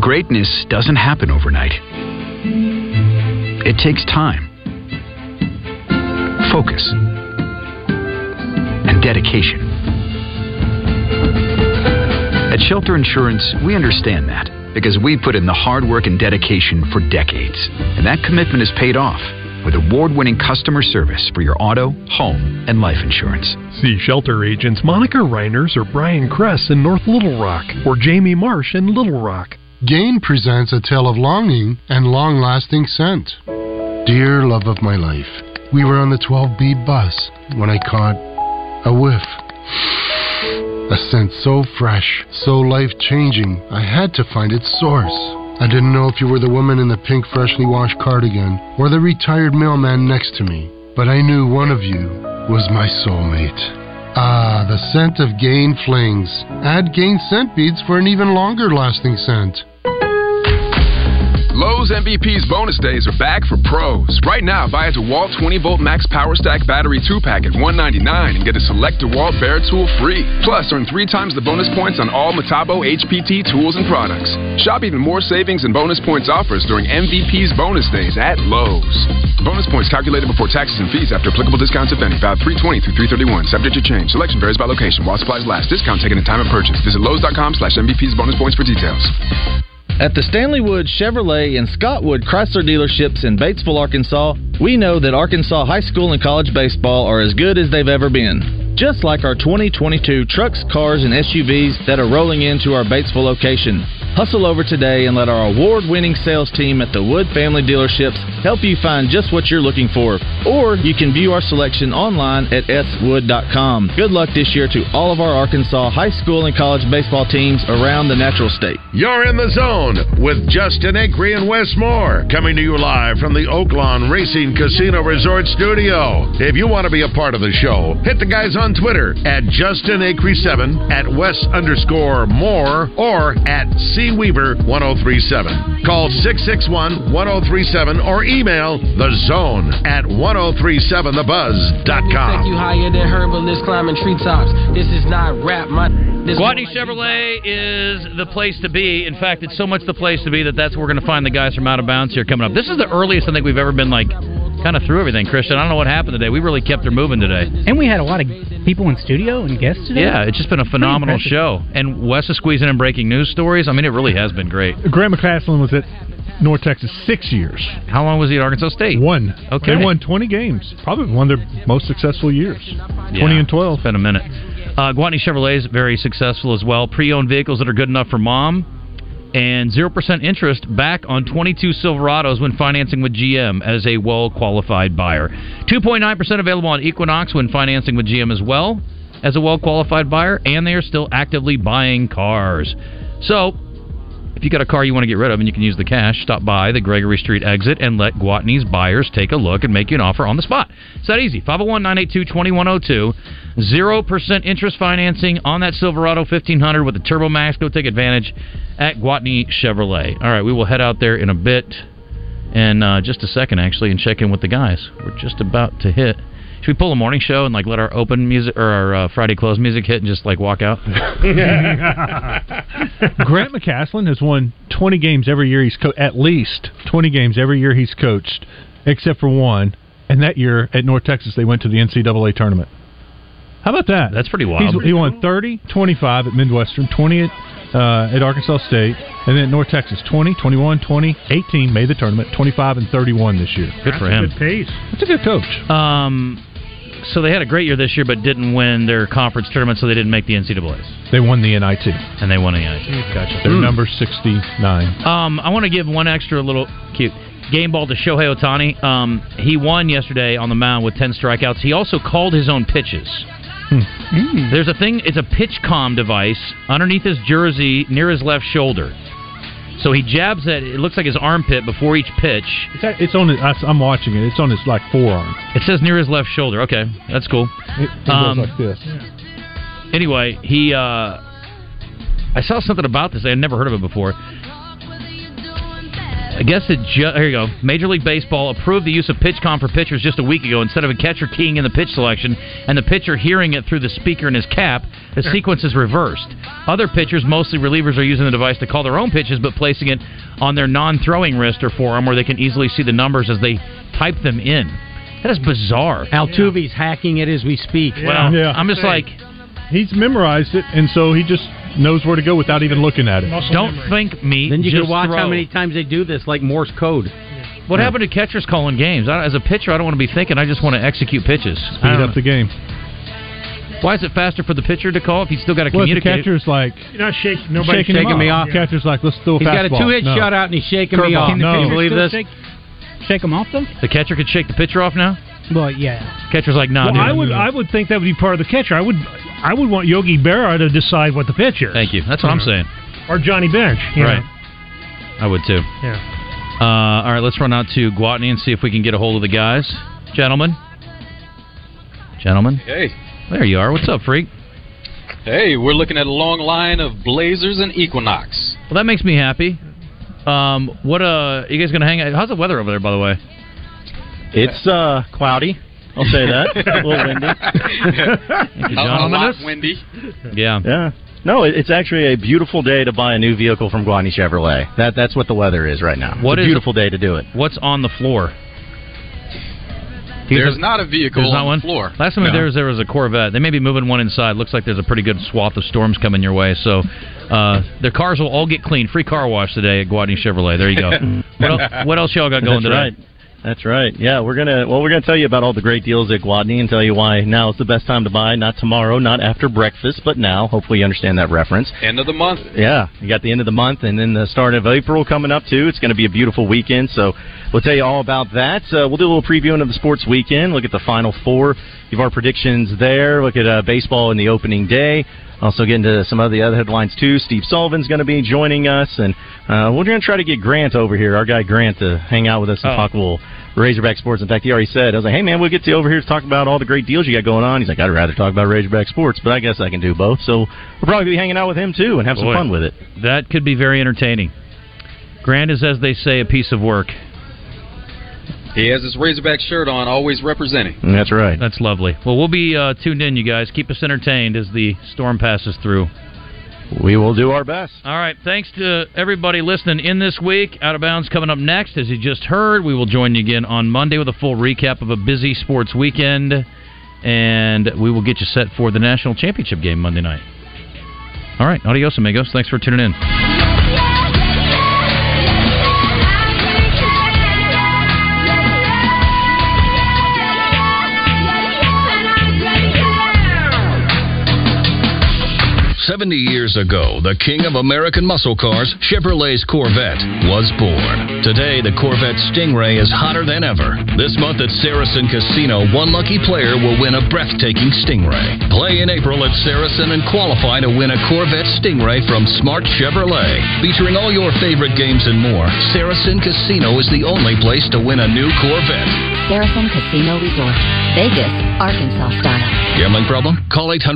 Greatness doesn't happen overnight. It takes time, focus, and dedication. At Shelter Insurance, we understand that because we put in the hard work and dedication for decades. And that commitment is paid off with award winning customer service for your auto, home, and life insurance.
See shelter agents Monica Reiners or Brian Kress in North Little Rock or Jamie Marsh in Little Rock.
Gain presents a tale of longing and long lasting scent. Dear love of my life, we were on the 12B bus when I caught a whiff. A scent so fresh, so life changing, I had to find its source. I didn't know if you were the woman in the pink, freshly washed cardigan or the retired mailman next to me, but I knew one of you was my soulmate. Ah, the scent of Gain Flings. Add Gain scent beads for an even longer lasting scent.
Lowe's MVP's bonus days are back for pros. Right now, buy a DeWalt 20 volt max power stack battery 2 pack at $199 and get a select DeWalt Bear tool free. Plus, earn three times the bonus points on all Metabo HPT tools and products. Shop even more savings and bonus points offers during MVP's bonus days at Lowe's. Bonus points calculated before taxes and fees after applicable discounts, if any, valid 320 through 331, subject to change. Selection varies by location while supplies last. Discount taken at time of purchase. Visit Lowe's.com slash MVP's bonus points for details.
At the Stanleywood Chevrolet and Scottwood Chrysler dealerships in Batesville, Arkansas, we know that Arkansas high school and college baseball are as good as they've ever been. Just like our 2022 trucks, cars, and SUVs that are rolling into our Batesville location. Hustle over today and let our award winning sales team at the Wood Family Dealerships help you find just what you're looking for. Or you can view our selection online at swood.com. Good luck this year to all of our Arkansas high school and college baseball teams around the natural state.
You're in the zone with Justin Acree and Wes Moore coming to you live from the Oaklawn Racing Casino Resort Studio. If you want to be a part of the show, hit the guys on Twitter at Justin Acree7, at Wes underscore Moore, or at C Weaver 1037. Call 661 1037 or email the zone at 1037thebuzz.com.
Take you higher than herbalists climbing treetops. This is not rap. My this
Guadney Chevrolet is the place to be. In fact, it's so much the place to be that that's where we're going to find the guys from Out of Bounds here coming up. This is the earliest I think we've ever been like kind of through everything, Christian. I don't know what happened today. We really kept her moving today.
And we had a lot of people in studio and guests today.
Yeah, it's just been a phenomenal
impressive.
show. And Wes is squeezing in breaking news stories. I mean, it really has been great.
Graham McCaslin was at North Texas six years.
How long was he at Arkansas State?
One.
Okay.
They won 20 games. Probably one of their most successful years. 20 and
12. It's been a minute. Uh, Guadney Chevrolet is very successful as well. Pre owned vehicles that are good enough for mom. And 0% interest back on 22 Silverados when financing with GM as a well qualified buyer. 2.9% available on Equinox when financing with GM as well as a well qualified buyer. And they are still actively buying cars. So if you got a car you want to get rid of and you can use the cash, stop by the Gregory Street exit and let Guatney's buyers take a look and make you an offer on the spot. It's that easy. 501 982 2102. 0% interest financing on that Silverado 1500 with the Turbo Max. Go take advantage at Guatney Chevrolet. All right, we will head out there in a bit and uh, just a second, actually, and check in with the guys. We're just about to hit. Should we pull a morning show and like let our open music or our uh, Friday close music hit and just like walk out? [LAUGHS]
Oh,
Grant McCaslin has won 20 games every year he's co- at least 20 games every year he's coached, except for one. And that year at North Texas, they went to the NCAA tournament. How about that?
That's pretty
He's, he won 30, 25 at Midwestern, 20 at uh, at Arkansas State, and then North Texas 20, 21, 20, 18 made the tournament, 25 and 31 this year.
Good for him.
pace. That's a good coach.
Um, so they had a great year this year, but didn't win their conference tournament, so they didn't make the NCAA's.
They won the NIT.
And they won the NIT.
Gotcha. Their
Mm.
number 69.
Um, I want to give one extra little cute game ball to Shohei Otani. Um, he won yesterday on the mound with 10 strikeouts. He also called his own pitches.
Hmm.
There's a thing, it's a pitch com device underneath his jersey near his left shoulder. So he jabs at it looks like his armpit before each pitch.
It's, a- it's on. His, I- I'm watching it. It's on his like forearm.
It says near his left shoulder. Okay, that's cool.
It, it
Um,
goes like this.
Anyway, he. Uh, I saw something about this. I had never heard of it before. I guess it. Ju- here you go. Major League Baseball approved the use of PitchCom for pitchers just a week ago. Instead of a catcher keying in the pitch selection and the pitcher hearing it through the speaker in his cap, the sequence is reversed. Other pitchers, mostly relievers, are using the device to call their own pitches, but placing it on their non-throwing wrist or forearm, where they can easily see the numbers as they type them in. That is bizarre.
Altuve's hacking it as we speak.
Well, Yeah. I'm just like-
he's memorized it, and so he just knows where to go without even looking at it.
Don't think me.
Then you
just
can watch
throw.
how many
times they do this, like Morse code.
What happened to catchers calling games? I, as a pitcher, I don't want to be thinking. I just want to execute pitches. I
Speed
don't
up the game.
know. Why is it faster for the pitcher to call if he's still got to
Well, if the
communicate?
catcher's like
You're not shaking.
Nobody's
shaking,
shaking
him
me off.
Catcher's like, let's throw a
He's got a
fastball.
two-hit
no.
shutout
and he's shaking
Curveball.
off.
Can the No. pitcher
believe
still
this?
shake-
shake him off though.
The catcher could shake the pitcher off now.
Well, yeah.
Catcher's like, nah,
Well,
dude.
I would, I would think that would be part of the catcher. I would, I would want Yogi Berra to decide what the pitch is.
Thank you. That's what I'm saying.
Or Johnny Bench. you know.
Right. I would too.
Yeah.
Uh, all right, let's run out to Guatney and see if we can get a hold of the guys, gentlemen. Gentlemen,
Hey,
there you are. What's up, freak?
hey, we're looking at a long line of Blazers and Equinox.
Well, that makes me happy. Um, what uh, you guys gonna hang out? How's the weather over there, by the way?
It's uh cloudy. I'll say that. a little windy.
Thank you, John.
windy.
Yeah.
Yeah. No, it- it's actually a beautiful day to buy a new vehicle from Guadney Chevrolet. That that's what the weather is right now.
What
it's
is-
a beautiful day to do it.
What's on the floor? He's
There's not a vehicle
There's not
on the
one.
floor.
Last time
No.
there was there was a Corvette. They may be moving one inside. Looks like there's a pretty good swath of storms coming your way. So uh, their cars will all get cleaned. Free car wash today at Guadney Chevrolet. There
[LAUGHS]
you go. what, el- what else y'all got going
That's
today?
Right. That's right. Yeah, we're gonna well, we're gonna tell you about all the great deals at Guadney and tell you why now is the best time to buy. Not tomorrow, not after breakfast, but now. Hopefully, you understand that reference.
End of the month.
Yeah, you got the end of the month and then the start of April coming up too. It's going to be a beautiful weekend, so we'll tell you all about that. Uh, we'll do a little previewing of the sports weekend. Look at the Final Four, give our predictions there. Look at uh, baseball in the opening day. Also get into some of the other headlines too. Steve Sullivan's going to be joining us, and uh, we're going to try to get Grant over here, our guy Grant, to hang out with us and talk a little Razorback sports. In fact, he already said, "I was like, hey man, we'll get you over here to talk about all the great deals you got going on." He's like, "I'd rather talk about Razorback sports, but I guess I can do both." So we'll probably be hanging out with him too and have some
Boy,
fun with it.
That could be very entertaining. Grant is, as they say, a piece of work.
He has his Razorback shirt on, always representing.
That's right.
That's lovely. Well, we'll be uh, tuned in, you guys. Keep us entertained as the storm passes through.
We will do our best.
All right. Thanks to everybody listening in this week. Out of Bounds coming up next, as you just heard. We will join you again on Monday with a full recap of a busy sports weekend, and we will get you set for the national championship game Monday night. All right. Adios, amigos. Thanks for tuning in.
Seventy years ago, the king of American muscle cars, Chevrolet's Corvette, was born. Today, the Corvette Stingray is hotter than ever. This month at Saracen Casino, one lucky player will win a breathtaking Stingray. Play in April at Saracen and qualify to win a Corvette Stingray from Smart Chevrolet. Featuring all your favorite games and more, Saracen Casino is the only place to win a new Corvette.
Saracen Casino Resort, Vegas, Arkansas style.
Gambling problem? Call 800.